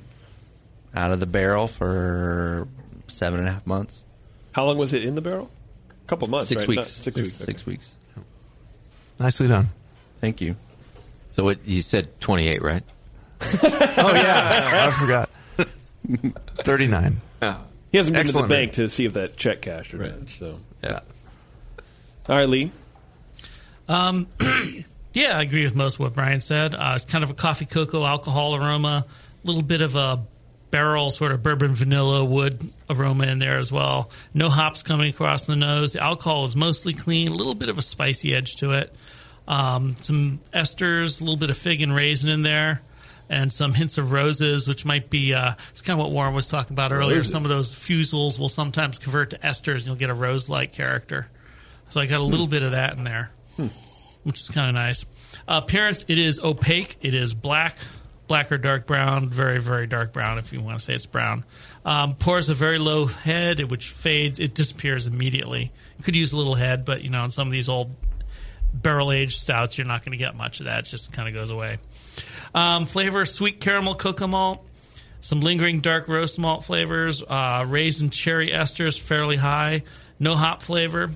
H: out of the barrel for seven and a half months.
E: How long was it in the barrel? A couple months.
H: Six
E: right?
H: weeks.
E: Not- six weeks. okay.
H: Six weeks.
G: Nicely done.
H: Thank you.
D: So what you said 28, right?
G: Oh yeah, I forgot. 39.
E: He hasn't been
G: Excellent
E: to the bank to see if that check cashed or not. So
D: yeah.
E: All right, Lee.
F: Um, yeah, I agree with most of what Brian said. Uh, it's kind of a coffee cocoa alcohol aroma, a little bit of a barrel sort of bourbon vanilla wood aroma in there as well. No hops coming across the nose. The alcohol is mostly clean, a little bit of a spicy edge to it. Um, some esters, a little bit of fig and raisin in there. And some hints of roses, which might be, uh, it's kind of what Warren was talking about earlier.
O: Roses.
F: Some of those fusels will sometimes convert to esters and you'll get a rose like character. So I got a little bit of that in there which is kind of nice. Uh, appearance, it is opaque. It is black, black or dark brown, very, very dark brown if you want to say it's brown. Um, pours a very low head, which fades, it disappears immediately. You could use a little head, but you know, in some of these old barrel aged stouts, you're not going to get much of that. It just kind of goes away. Um, flavor, sweet caramel cocoa malt. Some lingering dark roast malt flavors, uh, raisin cherry esters fairly high, no hop flavor,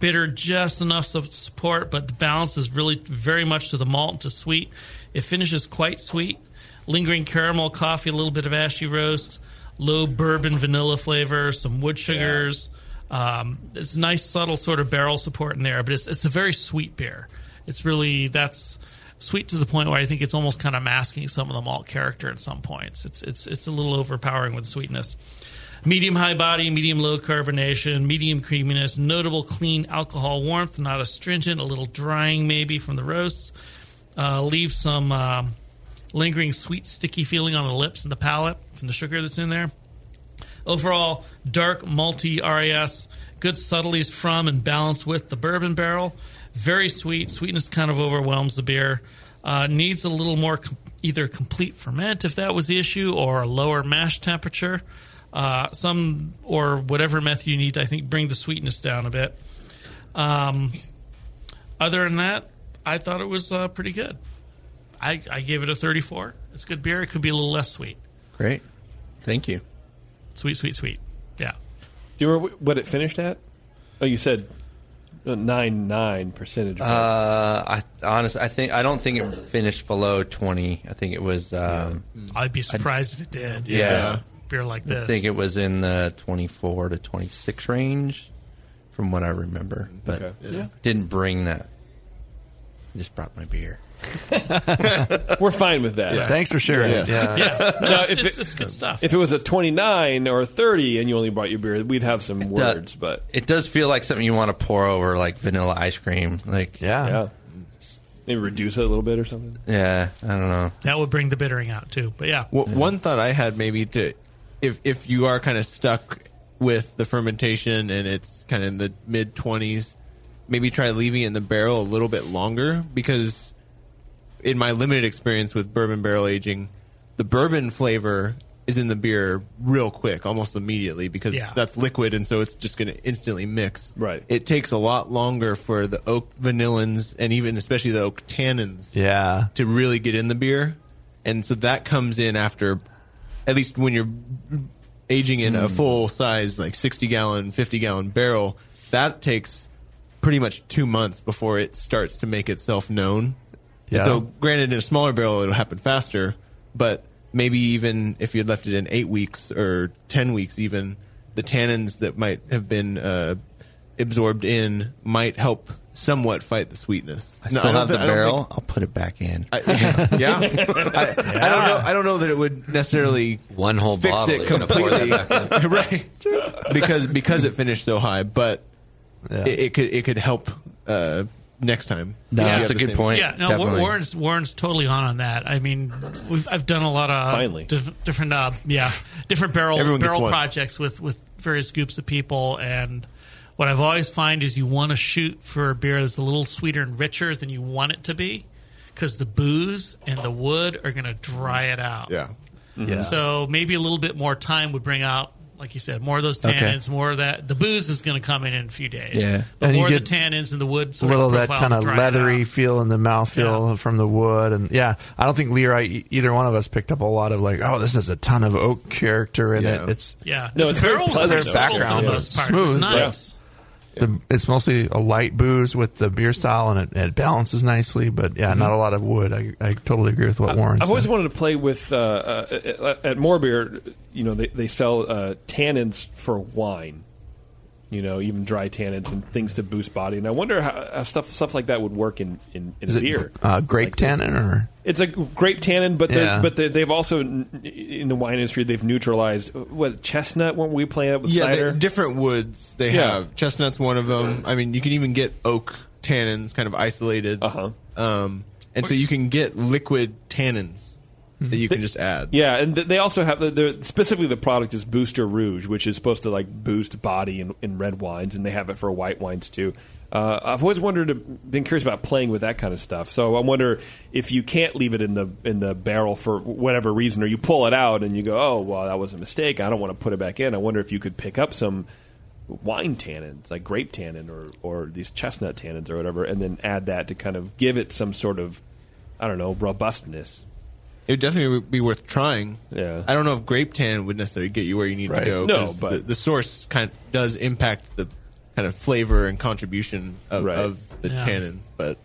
F: bitter just enough su- support, but the balance is really very much to the malt to sweet. It finishes quite sweet, lingering caramel coffee, a little bit of ashy roast, low bourbon vanilla flavor, some wood sugars. Um, it's nice subtle sort of barrel support in there, but it's it's a very sweet beer. It's really that's sweet to the point where I think it's almost kind of masking some of the malt character at some points. It's it's it's a little overpowering with sweetness. Medium high body, medium low carbonation, medium creaminess, notable clean alcohol warmth, not astringent, a little drying maybe from the roasts. Uh, leave some uh, lingering sweet, sticky feeling on the lips and the palate from the sugar that's in there. Overall, dark malty RAS, good subtleties from and balance with the bourbon barrel. Very sweet. Sweetness kind of overwhelms the beer. Uh, needs a little more com- either complete ferment if that was the issue, or a lower mash temperature. Uh, some or whatever meth you need, to, I think, bring the sweetness down a bit. Um, other than that, I thought it was uh, pretty good. I, I gave it a 34. It's good beer. It could be a little less sweet.
H: Great. Thank you.
F: Sweet, sweet, sweet. Yeah.
E: Do you remember wh- what it finished at? Oh, you said nine nine percentage.
H: Uh, I honestly, I think I don't think it finished below twenty. I think it was. Um,
F: I'd be surprised if it did.
H: Yeah.
F: Beer like
H: I
F: this.
H: think it was in the twenty-four to twenty-six range, from what I remember. But
E: Okay. Yeah.
H: didn't bring that. I just brought my beer.
E: We're fine with that.
H: Yeah. Thanks for sharing.
E: Yeah.
H: Yeah.
F: Yeah. No,
E: Now,
F: it's-
E: if
F: it's-
E: it-
F: it's good stuff.
E: If it was a twenty nine or a thirty, and you only brought your beer, we'd have some words. but
H: it does feel like something you want to pour over like vanilla ice cream. Like
E: yeah, maybe reduce it a little bit or something.
H: yeah. I don't know.
F: That would bring the bittering out too. But yeah.
J: Well, One thought I had maybe to, if if you are kind of stuck with the fermentation and it's kind of in the mid twenties, maybe try leaving it in the barrel a little bit longer because, in my limited experience with bourbon barrel aging, the bourbon flavor is in the beer real quick, almost immediately because
P: Yeah.
J: that's liquid and so it's just going to instantly mix.
E: Right.
J: It takes a lot longer for the oak vanillins and even especially the oak tannins
G: Yeah.
J: to really get in the beer. And so that comes in after, at least when you're aging in a
P: Mm.
J: full size, like 60 gallon, 50 gallon barrel, that takes pretty much two months before it starts to make itself known. And
G: Yeah.
J: so, granted, in a smaller barrel, it'll happen faster, but
A: maybe even if you had left it in eight weeks or ten weeks, even the tannins that might have been uh, absorbed in might help somewhat fight the sweetness.
H: I
A: No,
H: still
A: don't
H: have
A: thi-
H: the
A: I don't
H: barrel.
A: think-
H: I'll put it back in.
A: I, yeah. I, I don't know. I don't know that it would necessarily
H: One whole
A: fix
H: bottle
A: it
H: you're gonna pour
A: completely,
H: that
A: right? Because because it finished so high, but it, it could it could help uh, next time.
H: No,
A: If you
H: that's
A: have
H: a
A: the
H: good
A: same-
H: point.
F: Yeah, no, Wa- Warren's Warren's totally on on that. I mean, we've I've done a lot of
A: Finally.
F: diff- different uh, yeah different barrel
A: Everyone gets
F: barrel
A: one.
F: projects with with various groups of people, and what I've always find is you want to shoot for a beer that's a little sweeter and richer than you want it to be, because the booze and the wood are going to dry it out.
A: Yeah.
G: Yeah.
F: So maybe a little bit more time would bring out. Like you said, more of those
G: Okay.
F: tannins, more of that. The booze is going to come in in a few days.
G: Yeah.
F: but
G: And you
F: more of the
G: get
F: tannins and the wood.
G: a
F: sort
G: little of that
F: profile
G: kind of
F: dry it out.
G: leathery feel in the mouth feel from the wood and yeah i don't think leroy e- either one of us picked up a lot of like oh this is a ton of oak character in
F: Yeah.
G: it it's
F: Yeah. No, it's very
G: a
F: pleasant, though.
G: background
F: For the
G: but
F: most part. It was
G: smooth but
F: nice.
G: the, it's mostly a light booze with the beer style and it, it balances nicely but yeah
F: Mm-hmm.
G: not a lot of wood i, I totally agree with what warren
E: I've
G: said
E: always wanted to play with uh, uh, at More Beer. You know, they they sell uh, tannins for wine. You know, even dry tannins and things to boost body. And I wonder how, how stuff stuff like that would work in in, in
G: is it
E: beer.
G: uh, grape tannin or
E: It's a grape tannin, but they're-
G: Yeah.
E: but they they've also n- in the wine industry they've neutralized what chestnut. Weren't we playing that with
A: yeah,
E: cider?
A: they- different woods they
E: Yeah.
A: have. Chestnut's one of them. I mean, you can even get oak tannins kind of isolated.
H: Oh.
A: Uh-huh. Um, and so you can get liquid tannins that you can just add.
E: Yeah, and th- they also have they're, specifically the product is Booster Rouge, which is supposed to like boost body in, in red wines, and they have it for white wines too. Uh, I've always wondered, been curious about playing with that kind of stuff. So I wonder if you can't leave it in the in the barrel for whatever reason, or you pull it out and you go, "Oh, well, that was a mistake. I don't want to put it back in." I wonder if you could pick up some wine tannins, like grape tannin or or these chestnut tannins or whatever, and then add that to kind of give it some sort of, I don't know, robustness.
A: It would definitely would be worth trying.
E: Yeah.
A: I don't know if grape tannin would necessarily get you where you need
E: Right.
A: to go.
E: No,
A: 'cause
E: but-
A: the, the source kind of does impact the kind of flavor and contribution of,
E: Right.
A: of the
F: Yeah.
A: tannin. But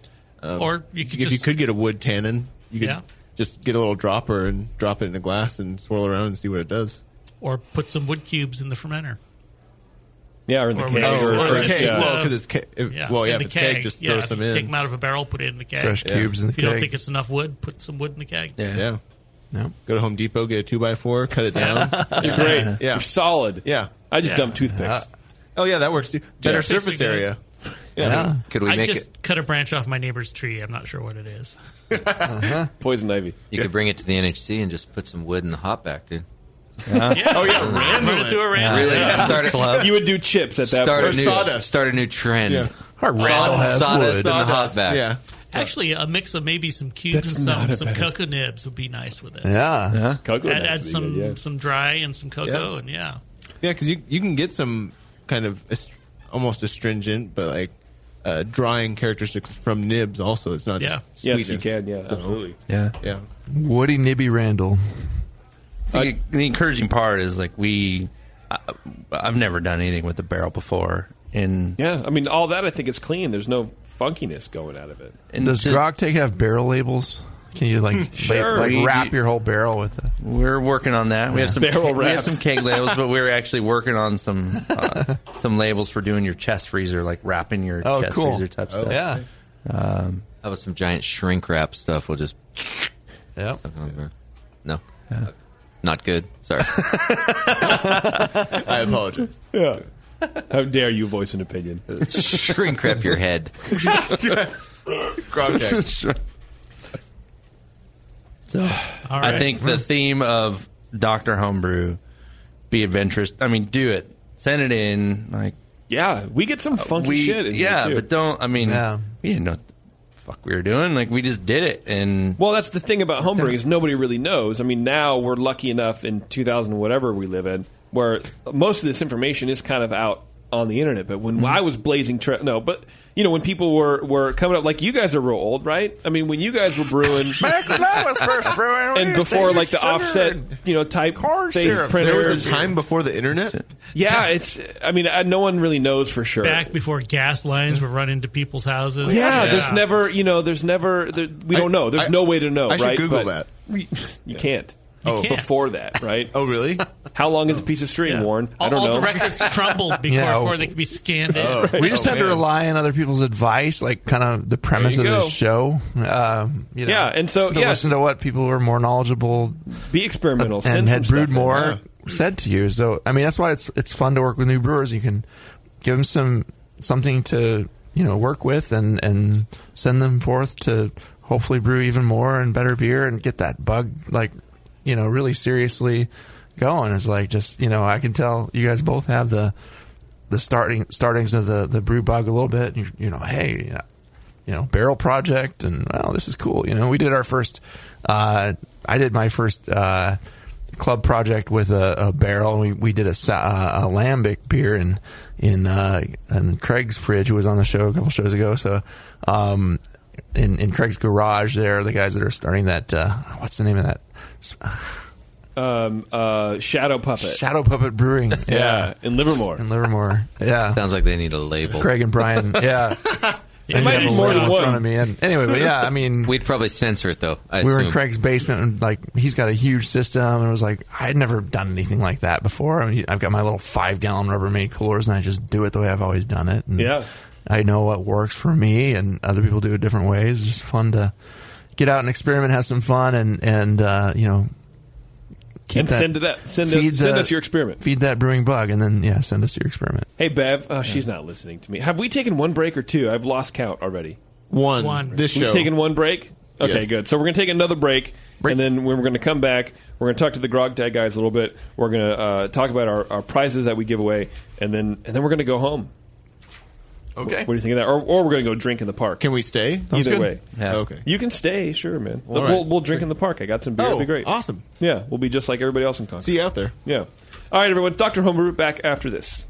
A: um,
F: Or you could
A: if you
F: just-
A: could get a wood tannin, you could
F: Yeah.
A: just get a little dropper and drop it in a glass and swirl around and see what it does.
F: or put some wood cubes in the fermenter.
E: Yeah, Oh, or
A: in the
F: we
A: keg
F: just,
A: or-
F: uh,
A: or the keg.
F: just,
A: Well,
F: uh,
A: 'cause it's keg- if- well, yeah,
F: in
A: if it's
F: the
A: keg, just throw
F: if
A: some
F: you
A: in.
F: Take them out of a barrel, put it in the keg.
A: Fresh Yeah. cubes in the
F: If you don't
A: keg.
F: think it's enough wood, put some wood in the keg.
A: Yeah. Yeah. Go to Home Depot, get a two by four, cut it down.
E: You're great.
A: Yeah.
E: You're solid.
A: Yeah.
E: I just Yeah. dumped toothpicks.
A: Uh, oh yeah, that works too. Better
F: Yeah.
A: surface area.
F: I just cut a branch off my neighbor's tree. I'm not sure what it is.
E: Poison ivy.
D: You could bring it to the NHC and just put some wood in the hop back, dude.
F: Yeah. Oh, yeah, Run it through a random.
D: Really?
F: Yeah.
D: Start a club.
E: You would do chips at that
D: start
E: point.
D: A new,
E: Or sawdust.
D: Start a new trend.
E: Yeah. Or
D: Saw-
E: random ass
D: sawdust
E: wood.
D: in the hop
E: Sawdust,
D: back.
E: yeah.
F: Actually, a mix of maybe some cubes
E: Uh, That's
F: and
E: not
F: some
E: a
F: some
E: bad-
F: cocoa nibs would be nice with it.
G: Yeah. Yeah.
E: Cocoa
F: add,
E: nibs
F: add
E: would be
F: some
E: good, yeah.
F: some dry and some cocoa,
A: Yeah.
F: and yeah.
A: Yeah, because you you can get some kind of est- almost astringent, but like uh, drying characteristics from nibs. Also, it's not
F: Yeah.
A: just
E: Yes, you
A: sweetness.
E: can. Yeah, absolutely.
A: Yeah, yeah.
G: woody nibby randall
H: The, the encouraging part is like we, I, I've never done anything with the barrel before, and
E: yeah, I mean all that. I think it's clean. There's no funkiness going out of it.
G: does grog take have barrel labels can you like
E: Hmm. Sure.
G: like,
E: We-
G: wrap your whole barrel with it
H: we're working on that. We have some
G: Barrel
H: keg, we have
G: wraps.
H: some keg labels, but we're actually working on some uh, some labels for doing your chest freezer, like wrapping your
G: Oh,
H: chest
G: cool.
H: freezer type
G: Oh,
H: stuff.
G: yeah.
H: Um,
D: How about some giant shrink wrap stuff? We'll just. oh,
G: Yeah.
D: No. Not good. Sorry.
A: I apologize.
E: Yeah. How dare you voice an opinion?
D: Shrink wrap your head.
A: Grog check.
H: So
A: All
H: I
A: right.
H: think the theme of Doctor Homebrew be adventurous. I mean, do it. Send it in. Like,
E: yeah, we get some funky shit in here,
H: yeah,
E: too.
H: but don't. I mean,
E: Yeah.
H: we didn't know what the fuck we were doing. Like, we just did it, and
E: Well, that's the thing about homebrewing is nobody really knows. I mean, now we're lucky enough in 2000 whatever we live in, where most of this information is kind of out on the internet. But when I was blazing trail, no, but you know when people were were coming up, like you guys are real old, right? I mean, when you guys were brewing. And before, like the offset, you know, type phase
A: There
E: printers,
A: was a time before the internet.
E: Yeah, it's. I mean, I, no one really knows for sure.
F: Back before gas lines were run into people's houses.
E: Yeah, there's never, you know, there's never, there, we don't know. There's no way to know.
F: I should
E: Oh, right?
F: Google
E: that. You can't.
F: You can't.
E: before that, right?
J: oh, really?
E: How long
J: Oh.
E: is a piece of string, Warren? I
F: All,
E: don't
F: all
E: know. Oh.
F: the records crumbled before,
G: Yeah.
F: before they could be scanned
A: Oh,
F: in.
G: we just have to rely on other people's advice, like kind of the premise of
E: you
G: this
E: go.
G: show. Um, you know,
E: Yeah, and so,
G: to
E: yes.
G: listen to what people who are more knowledgeable,
E: be experimental,
G: and
E: send
G: had
E: some
G: brewed
E: stuff in,
G: more
E: yeah.
G: said to you. So I mean, that's why it's it's fun to work with new brewers. You can give them some something to you know work with, and and send them forth to hopefully brew even more and better beer, and get that bug like you know really seriously going. It's like just you know I can tell you guys both have the the starting startings of the the brew bug a little bit. You, you know, hey, yeah, you know, barrel project, and wow, this is cool. You know, we did our first. Uh, I did my first uh, club project with a, a barrel. We we did a, sa- uh, a lambic beer in in uh, in Craig's fridge, who was on the show a couple shows ago. So. Um, in, in Craig's garage, there the guys that are starting that. Uh, what's the name of that? uh,
E: Um, uh, Shadow Puppet.
G: Shadow Puppet Brewing.
E: Yeah, in Livermore.
G: In Livermore. Yeah.
D: Sounds like they need a label.
G: Craig and Brian. Yeah.
D: It might be
G: have a
D: more
G: label
D: than
G: in
D: one.
G: front of me. And anyway, but yeah, I mean,
D: we'd probably censor it though. I
G: we were in
D: assume.
G: Craig's basement, and like he's got a huge system, and it was like I'd never done anything like that before. I mean, I've got my little five gallon Rubbermaid coolers, and I just do it the way I've always done it. And
E: Yeah.
G: I know what works for me, and other people do it different ways. It's just fun to get out and experiment, have some fun, and and uh, you know. keep
E: And send it up- send us-
G: feeds
E: send
G: that-
E: us your experiment.
G: Feed that brewing bug, and then yeah, send us your experiment.
E: Hey, Bev. Oh, she's not listening to me. Have we taken one break or two? I've lost count already.
J: One. One. This
E: We've
J: show.
E: taken one break? Okay,
J: Yes.
E: good. So we're going to take another break, and then when we're going to come back, we're going to talk to the Grog Tag guys a little bit. We're going to uh, talk about our, our prizes that we give away, and then and then we're going to go home.
G: Okay.
E: What do you think of that? Or, or we're going to go drink in the park. Can
J: we stay?
E: Either
J: good.
E: way.
J: Yeah. Okay.
E: You can stay, sure, man.
J: All
E: we'll,
J: right.
E: we'll drink in the park. I got some beer.
J: Oh,
E: It'll be great.
J: awesome.
E: Yeah, we'll be just like everybody else in Concord.
J: See you out there.
E: Yeah. All right, everyone. Dr. Homebrew back after this.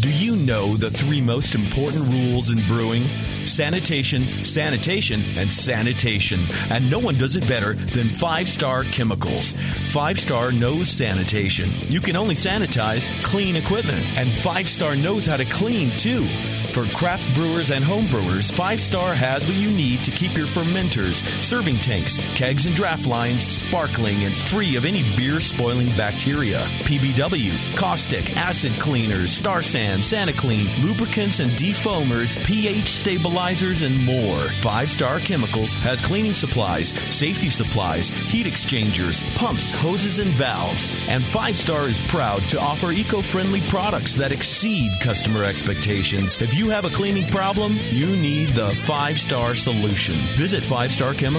A: Do you know the three most important rules in brewing? Sanitation, sanitation, and sanitation. And no one does it better than Five Star Chemicals. Five Star knows sanitation. You can only sanitize clean equipment, and Five Star knows how to clean too. For craft brewers and home brewers, Five Star has what you need to keep your fermenters, serving tanks, kegs, and draft lines sparkling and free of any beer spoiling bacteria. PBW, caustic, acid cleaners, star sand, SaniClean, lubricants and defoamers, pH stabilizers, and more. Five Star Chemicals has cleaning supplies, safety supplies, heat exchangers, pumps, hoses, and valves. And Five Star is proud to offer eco friendly products that exceed customer expectations. If you have a cleaning problem, you need the Five Star Solution. Visit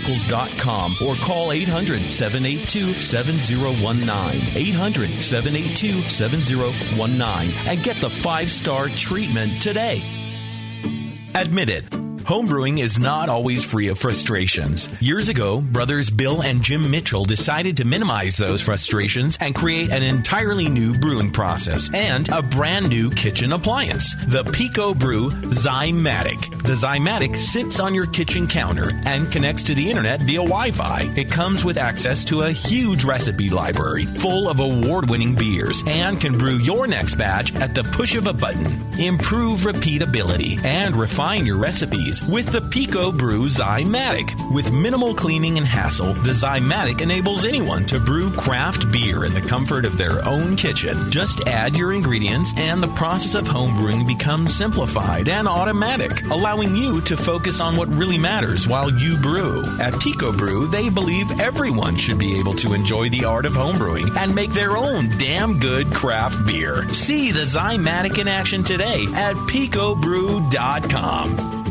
A: 5starchemicals.com or call 800 782 7019. 800 782 7019 and get the Five Star treatment today. Admit it. Homebrewing is not always free of frustrations. Years ago, brothers Bill and Jim Mitchell decided to minimize those frustrations and create an entirely new brewing process and a brand new kitchen appliance, the Pico Brew Zymatic. The Zymatic sits on your kitchen counter and connects to the internet via Wi Fi. It comes with access to a huge recipe library full of award winning beers and can brew your next batch at the push of a button. Improve repeatability and refine your recipes with the Pico Brew Zymatic. With minimal cleaning and hassle, the Zymatic enables anyone to brew craft beer in the comfort of their own kitchen. Just add your ingredients and the process of homebrewing becomes simplified and automatic, allowing you to focus on what really matters while you brew. At Pico Brew, they believe everyone should be able to enjoy the art of homebrewing and make their own damn good craft beer. See the Zymatic in action today at picobrew.com.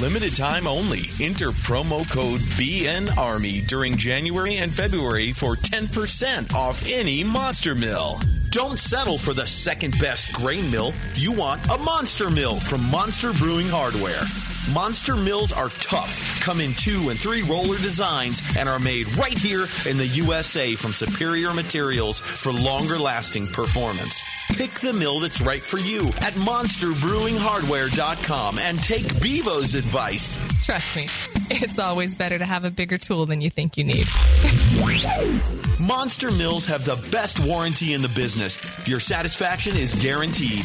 A: Limited time only. Enter promo code BN Army during January and February for 10% off any monster mill. Don't settle for the second best grain mill. You want a monster mill from Monster Brewing Hardware. Monster mills are tough, come in two and three roller designs, and are made right here in the USA from superior materials for longer lasting performance. Pick the mill that's right for you at monsterbrewinghardware.com and take Bevo's advice.
I: Trust me, it's always better to have a bigger tool than you think you need.
A: Monster Mills have the best warranty in the business. Your satisfaction is guaranteed.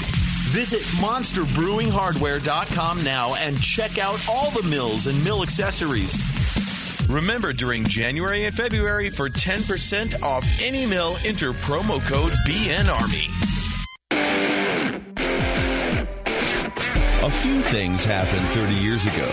A: Visit monsterbrewinghardware.com now and check out all the mills and mill accessories.
Q: Remember, during January and February, for 10% off any mill, enter promo code BNARMY.
A: A few things happened 30 years ago.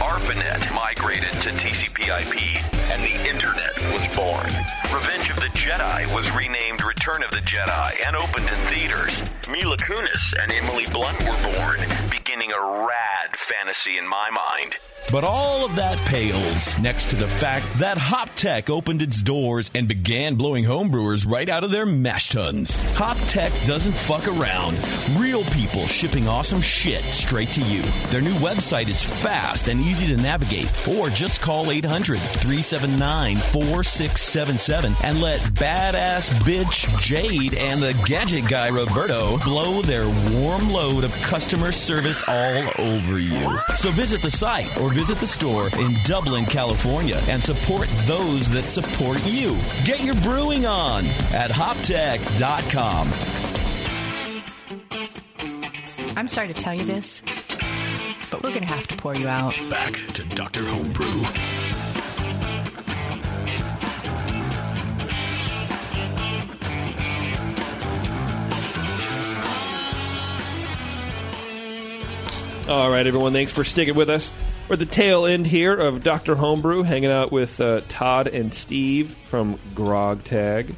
R: ARPANET migrated to TCP/IP, and the Internet was born. Revenge of the Jedi was renamed Return of the Jedi and opened in theaters. Mila Kunis and Emily Blunt were born, beginning a rad fantasy in my mind.
A: But all of that pales next to the fact that HopTech opened its doors and began blowing homebrewers right out of their mash tuns. HopTech doesn't fuck around. Real people shipping awesome shit straight to you. Their new website is fast and easy to navigate, or just call 800 379 4677 and let badass bitch Jade and the gadget guy Roberto blow their warm load of customer service all over you. So visit the site or visit the store in Dublin, California, and support those that support you. Get your brewing on at hoptech.com.
B: I'm sorry to tell you this, but we're going to have to pour you out.
A: Back to Dr. Homebrew.
E: All right, everyone. Thanks for sticking with us. We're at the tail end here of Dr. Homebrew, hanging out with uh, Todd and Steve from Grog Tag.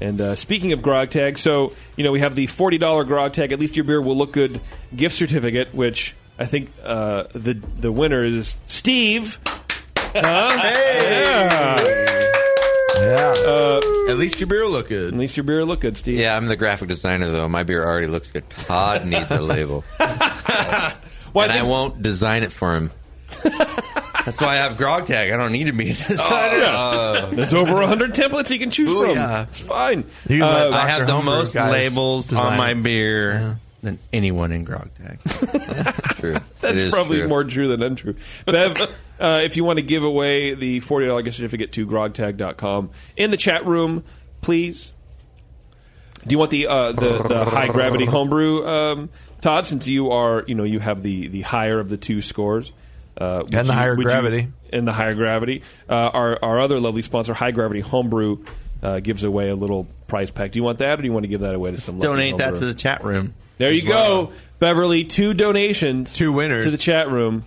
E: And uh, speaking of Grog Tag, so, you know, we have the $40 Grog Tag, at least your beer will look good gift certificate, which I think uh, the, the winner is Steve. Huh? Yeah.
F: at least your beer will look good. At
E: least your beer will look good, Steve.
D: Yeah, I'm the graphic designer though. My beer already looks good. Todd needs a label, and I won't design it for him. That's why I have grog tag. I don't need to be a
H: Oh,
D: designer. Uh,
E: Yeah. There's over 100 templates you can choose from. It's fine. Uh,
D: I have the most labels on my beer than anyone in grog tag. true. It
E: That's
D: is
E: probably
D: true.
E: more true than untrue. Bev, uh, if you want to give away the $40 gift certificate to grogtag.com in the chat room, please. Do you want the uh, the, the high gravity homebrew, um, Todd? Since you are, you know, you have the, the higher of the two scores, uh, would
G: And the
E: you-
G: higher
E: would you-
G: gravity.
E: and the higher gravity. Uh, our our other lovely sponsor, High Gravity Homebrew, uh, gives away a little prize pack. Do you want that, or do you want to give that away to some? lucky
D: Donate that
E: homebrewer?
D: to the chat room.
E: There
D: as
E: you go, Beverly. Two donations, two winners Mm-hmm. to the chat room.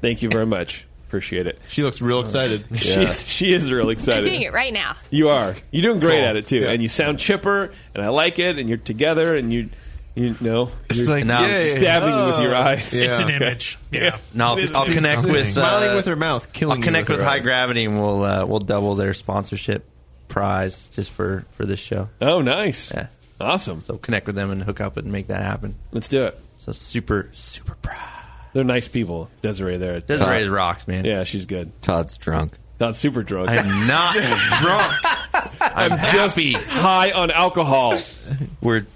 E: Thank you very much. Appreciate it.
F: She looks real excited.
E: she, she is real
I: I'm
E: excited.
I: doing it right now.
E: You are. You're doing great
F: Cool.
E: at it too, and you sound chipper, and I like it. And you're together, and you, you know, you're
F: like,
E: now
F: yay.
E: stabbing me with your
F: Oh.
E: eyes.
F: It's an
E: Okay.
F: image. Yeah.
D: No,
F: It is
D: I'll, I'll
F: amazing.
D: connect with
F: Smiling
D: uh,
F: with her mouth, killing
D: I'll
F: you
D: connect
F: with
D: with,
F: her
D: High
F: eyes.
D: Gravity, and we'll uh, we'll double their sponsorship prize just for for this show.
E: Oh, nice!
D: Yeah.
E: Awesome.
D: So connect with them and hook up and make that happen.
E: Let's do it.
D: So super super proud.
E: They're nice people. Desiree there.
D: Desiree rocks, man.
E: Yeah, she's good.
D: Todd's drunk.
E: Not super drunk.
D: I'm not drunk. I'm,
E: just high on alcohol.
D: We're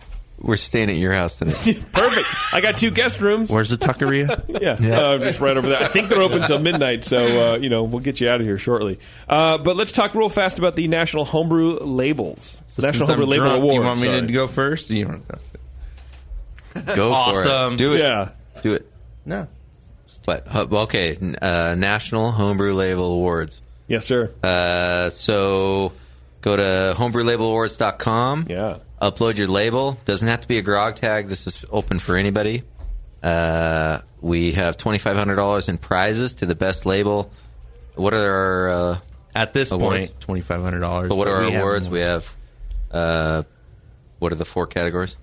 D: we're staying at your house tonight.
E: Perfect. I got two guest rooms.
D: Where's the tuckeria?
E: Yeah, Uh, just right over there. I think they're open till midnight, so uh, you know we'll get you out of here shortly. Uh, but let's talk real fast about the National Homebrew Labels, National
D: Since I'm
E: Homebrew Label
D: drunk,
E: Award.
D: You want me
E: sorry.
D: to go first? You want go
E: Awesome.
D: for it. Do it.
E: Yeah.
D: Do it. No. But uh, okay, n- uh, National Homebrew Label Awards.
E: Yes, sir.
D: Uh, so go to homebrewlabelawards.com.
E: Yeah.
D: Upload your label. Doesn't have to be a grog tag. This is open for anybody. Uh, we have twenty five hundred dollars in prizes to the best label. What are our uh,
H: At this
D: awards?
H: point, twenty five hundred dollars.
D: But what are our awards? we have. Uh, what are the four categories?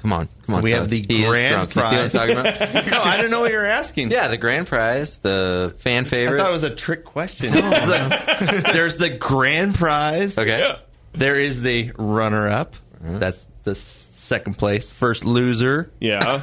D: Come on, come
H: So
D: on.
H: we
D: Todd.
H: have the
D: He is
H: grand
D: drunk. You see what I'm
H: prize.
D: talking about? no, I didn't know what you were asking. Yeah, the grand prize, the fan favorite.
H: I thought it was a trick question.
D: There's the grand prize. Okay. Uh-huh.
H: there is the runner up. That's the s- second place. First loser.
E: Yeah.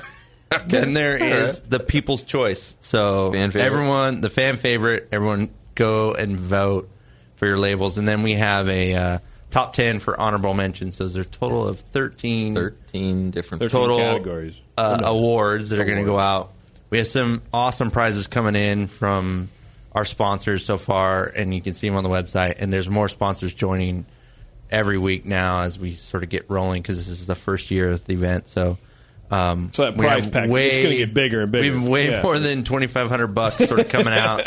H: then there
D: All right.
H: is the people's choice. So
D: Fan favorite.
H: everyone, the fan favorite, everyone go and vote for your labels. And then we have a uh, top 10 for honorable mentions. So there's a total of 13,
D: 13 different
E: 13
H: total
E: categories.
H: Uh, awards that are going to go out. We have some awesome prizes coming in from our sponsors so far, and you can see them on the website. And there's more sponsors joining every week now as we sort of get rolling because this is the first year of the event. So, um,
E: So that
H: we
E: prize
H: have
E: package, it's gonna get bigger and bigger.
H: We have way
E: Yeah.
H: more than twenty five hundred bucks sort of coming out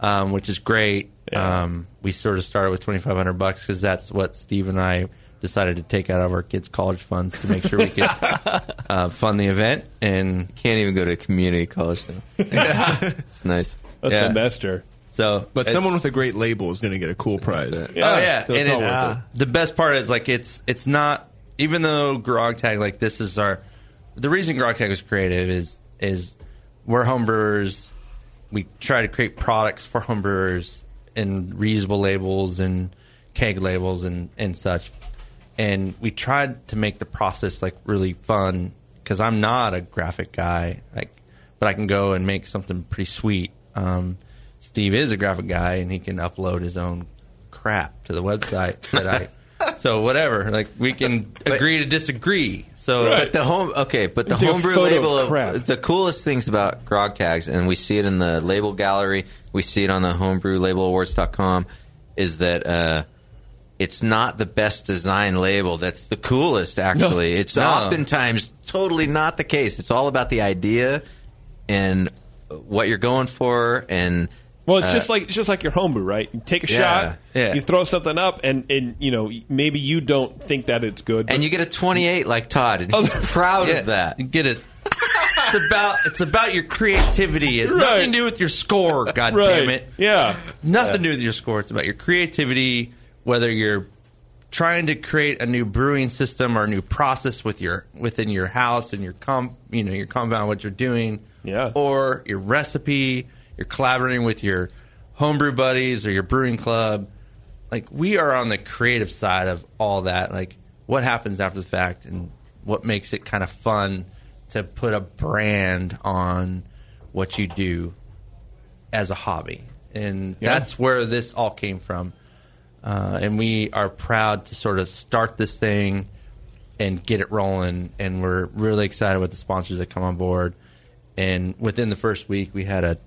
H: um, which is great. Um, we sort of started with twenty five hundred bucks because that's what Steve and I decided to take out of our kids' college funds to make sure we could uh, fund the event. And
D: can't even go to community college now. it's nice.
E: A semester.
D: Oh,
H: So,
D: But
H: it's-
D: someone
J: with a great label is going to get a cool prize.
H: Oh yeah,
J: so it's
H: And
J: all
H: it-
J: worth it.
H: the best part is like it's it's not even though Grog Tag like this is our the reason Grog Tag was creative is is we're homebrewers. We try to create products for homebrewers and reusable labels and keg labels and and such. And we tried to make the process like really fun because I'm not a graphic guy, like, but I can go and make something pretty sweet. Um, Steve is a graphic guy and he can upload his own crap to the website that I. So whatever, like we can agree to disagree. So
D: but the home okay, but the
H: Do a
D: homebrew
H: photo
D: label
H: of crap.
D: of the coolest things about grog tags, and we see it in the label gallery, we see it on the homebrewlabelawards.com, is that uh, it's not the best design label. That's the coolest, actually. it's
H: No.
D: oftentimes totally not the case. It's all about the idea and what you're going for, and
E: Well, it's
D: uh,
E: just like it's just like your homebrew, right? You take a
D: Yeah.
E: shot,
D: Yeah.
E: you throw something up, and, and you know maybe you don't think that it's good,
D: and you get a 28 like Todd, and he's proud of that.
H: get it. It's about it's about your creativity. It's nothing to do with your score. God damn it!
E: Yeah,
H: nothing to do with your score. It's about your creativity. Whether you're trying to create a new brewing system or a new process with your within your house and your com you know your compound, what you're doing, yeah, or your recipe, you're collaborating with your homebrew buddies or your brewing club. Like we are on the creative side of all that. Like what happens after the fact and what makes it kind of fun to put a brand on what you do as a hobby, and
E: Yeah.
H: that's where this all came from. Uh, and we are proud to sort of start this thing and get it rolling. And we're really excited with the sponsors that come on board. And within the first week, we had a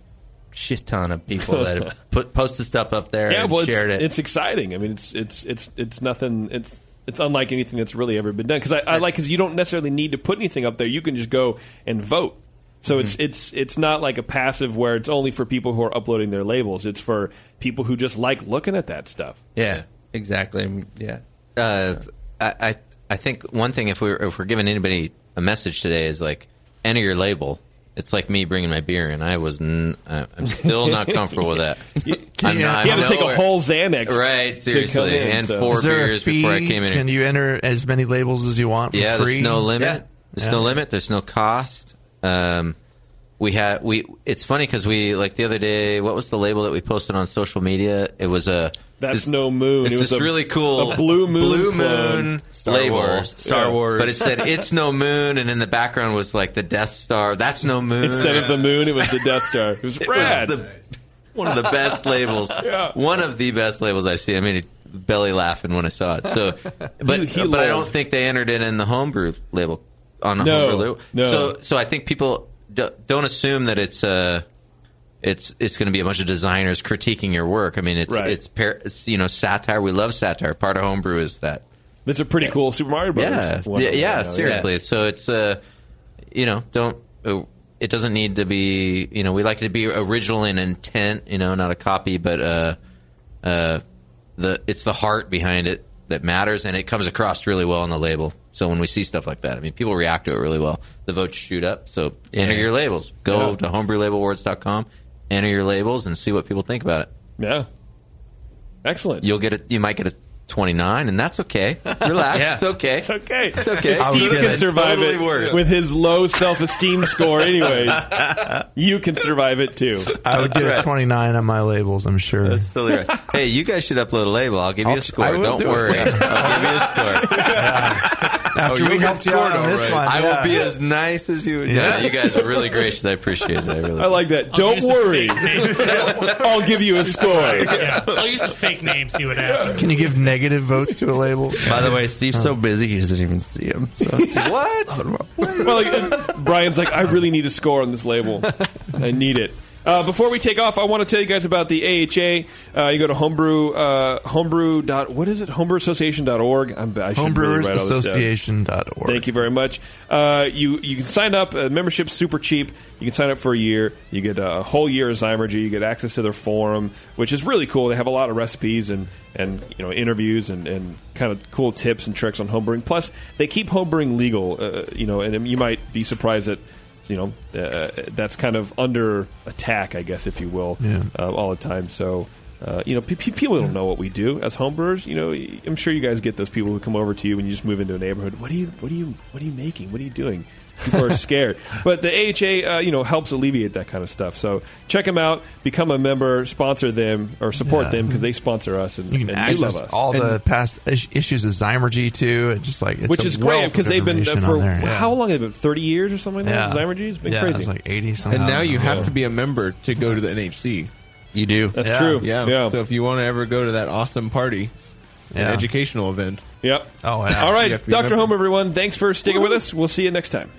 H: shit ton of people that have put posted stuff up there
E: yeah.
H: and
E: Well, it's,
H: shared it.
E: it's exciting. I mean, it's it's it's it's nothing. It's it's unlike anything that's really ever been done because I, I like because you don't necessarily need to put anything up there. You can just go and vote. So
D: Mm-hmm.
E: it's it's it's not like a passive where it's only for people who are uploading their labels. It's for people who just like looking at that stuff.
H: Yeah, exactly. Yeah.
D: Uh, I, I I think one thing if we were, if we're giving anybody a message today is like enter your label. It's like me bringing my beer, and I was n- I- I'm still not comfortable with that. I'm
E: You
D: not-
E: had to
D: I'm
E: take a
D: nowhere-
E: whole Xanax,
D: Right,
E: to
D: seriously,
E: come in,
D: and
E: so-
D: four
G: Is there a
D: beers before I
G: fee?
D: came in.
G: Can
D: here.
G: you enter as many labels as you want for
D: yeah,
G: free?
D: there's no limit.
G: Yeah.
D: There's
G: Yeah.
D: no limit. There's no cost. Um, we had we. It's funny because we like the other day. What was the label that we posted on social media? It was a
E: That's no moon.
D: It's
E: it was
D: this
E: a,
D: really cool
E: a blue moon,
D: blue
E: clone.
D: moon label
H: Star
D: Yeah.
H: Wars.
D: But it said it's no moon, and in the background was like the Death Star. That's no moon.
E: Instead of the moon, it was the Death Star. It was
D: It was
E: rad.
D: the- one of the best labels.
E: Yeah.
D: One of the best labels I've seen. I made a belly laughing when I saw it. So, but
E: He- he
D: but I don't
E: loved-
D: think they entered it in the homebrew label on the
E: No,
D: homebrew label.
E: no.
D: So so I think people d- don't assume that it's uh it's it's going to be a bunch of designers critiquing your work. I mean, it's
E: Right.
D: it's, par- it's you know satire. We love satire. Part of homebrew is that.
E: That's a pretty cool Super Mario Brothers.
D: Yeah,
E: one.
D: yeah, yeah,
E: Yeah.
D: seriously. So it's uh, you know, don't uh, it doesn't need to be you know we like it to be original in intent, you know, not a copy, but uh, uh, the it's the heart behind it that matters, and it comes across really well on the label. So when we see stuff like that, I mean, people react to it really well. The votes shoot up. So enter
E: Yeah.
D: your labels. Go
E: Yeah.
D: to homebrewlabelawards.com, enter your labels, and see what people think about it.
E: Yeah, excellent.
D: You'll get it. You might get a twenty nine, and that's okay. Relax,
E: Yeah.
D: it's okay.
E: It's okay. It's
D: okay. I
E: Steve
D: was
E: can
D: gonna-
E: survive
D: totally
E: it
D: worse.
E: with his low self-esteem score. Anyways, you can survive it too.
G: I would get a 29 on my labels, I'm sure.
D: That's totally right. Hey, you guys should upload a label. I'll give you a score.
G: I will
D: Don't
G: do it.
D: worry. I'll give you a score. Oh,
G: After we helped you out on this one,
D: I
G: yeah.
D: will be as nice as you. Yeah.
G: Yeah.
D: you guys are really gracious. I appreciate it. I really.
E: I like that. Don't worry. I'll give you a score.
F: Yeah, I'll use a fake name, see what happens.
G: Can you give negative votes to a label?
H: By the way, Steve's so busy he doesn't even see him. So.
D: what?
E: well, like, Brian's like, I really need a score on this label. I need it. Uh, before we take off, I want to tell you guys about the AHA. Uh, you go to homebrew, uh, homebrew. Dot, what is it? Homebrewassociation.org. I'm, I should really write all this down.
G: Homebrewersassociation.org.
E: Thank you very much. Uh, you you can sign up. Uh, membership's super cheap. You can sign up for a year. You get a whole year of Zymergy. You get access to their forum, which is really cool. They have a lot of recipes and and you know interviews and, and kind of cool tips and tricks on homebrewing. Plus, they keep homebrewing legal. Uh, you know, and you might be surprised that you know uh, that's kind of under attack, I guess, if you will,
G: Yeah.
E: uh, all the time. So. Uh, you know, pe- pe- people don't know what we do as homebrewers. You know, I'm sure you guys get those people who come over to you when you just move into a neighborhood. What do you, what do you, what are you making? What are you doing? People are scared, but the AHA, uh, you know, helps alleviate that kind of stuff. So check them out, become a member, sponsor them, or support
G: Yeah.
E: them because they sponsor us and,
G: You can
E: and they
G: access
E: love us.
G: all the
E: And-
G: past is- issues of Zymergy too, and just like it's
E: which
G: a
E: is
G: wealth
E: great
G: of
E: because they've been uh,
G: information
E: for
G: on there, yeah.
E: how long? Have they been thirty years or something? like that?
G: Yeah.
E: Zymergy has been
G: Yeah,
E: crazy.
G: it's like 80 something.
J: And now you have to be a member to go to the NHC.
H: You do.
E: Uh-huh. That's Yeah. true.
J: Yeah.
E: Yeah.
J: So if you want to ever go to that awesome party, an
E: Yeah.
J: educational event.
E: Yep.
J: Oh,
E: All right, Dr. Home, everyone. Thanks for sticking with us. We'll see you next time.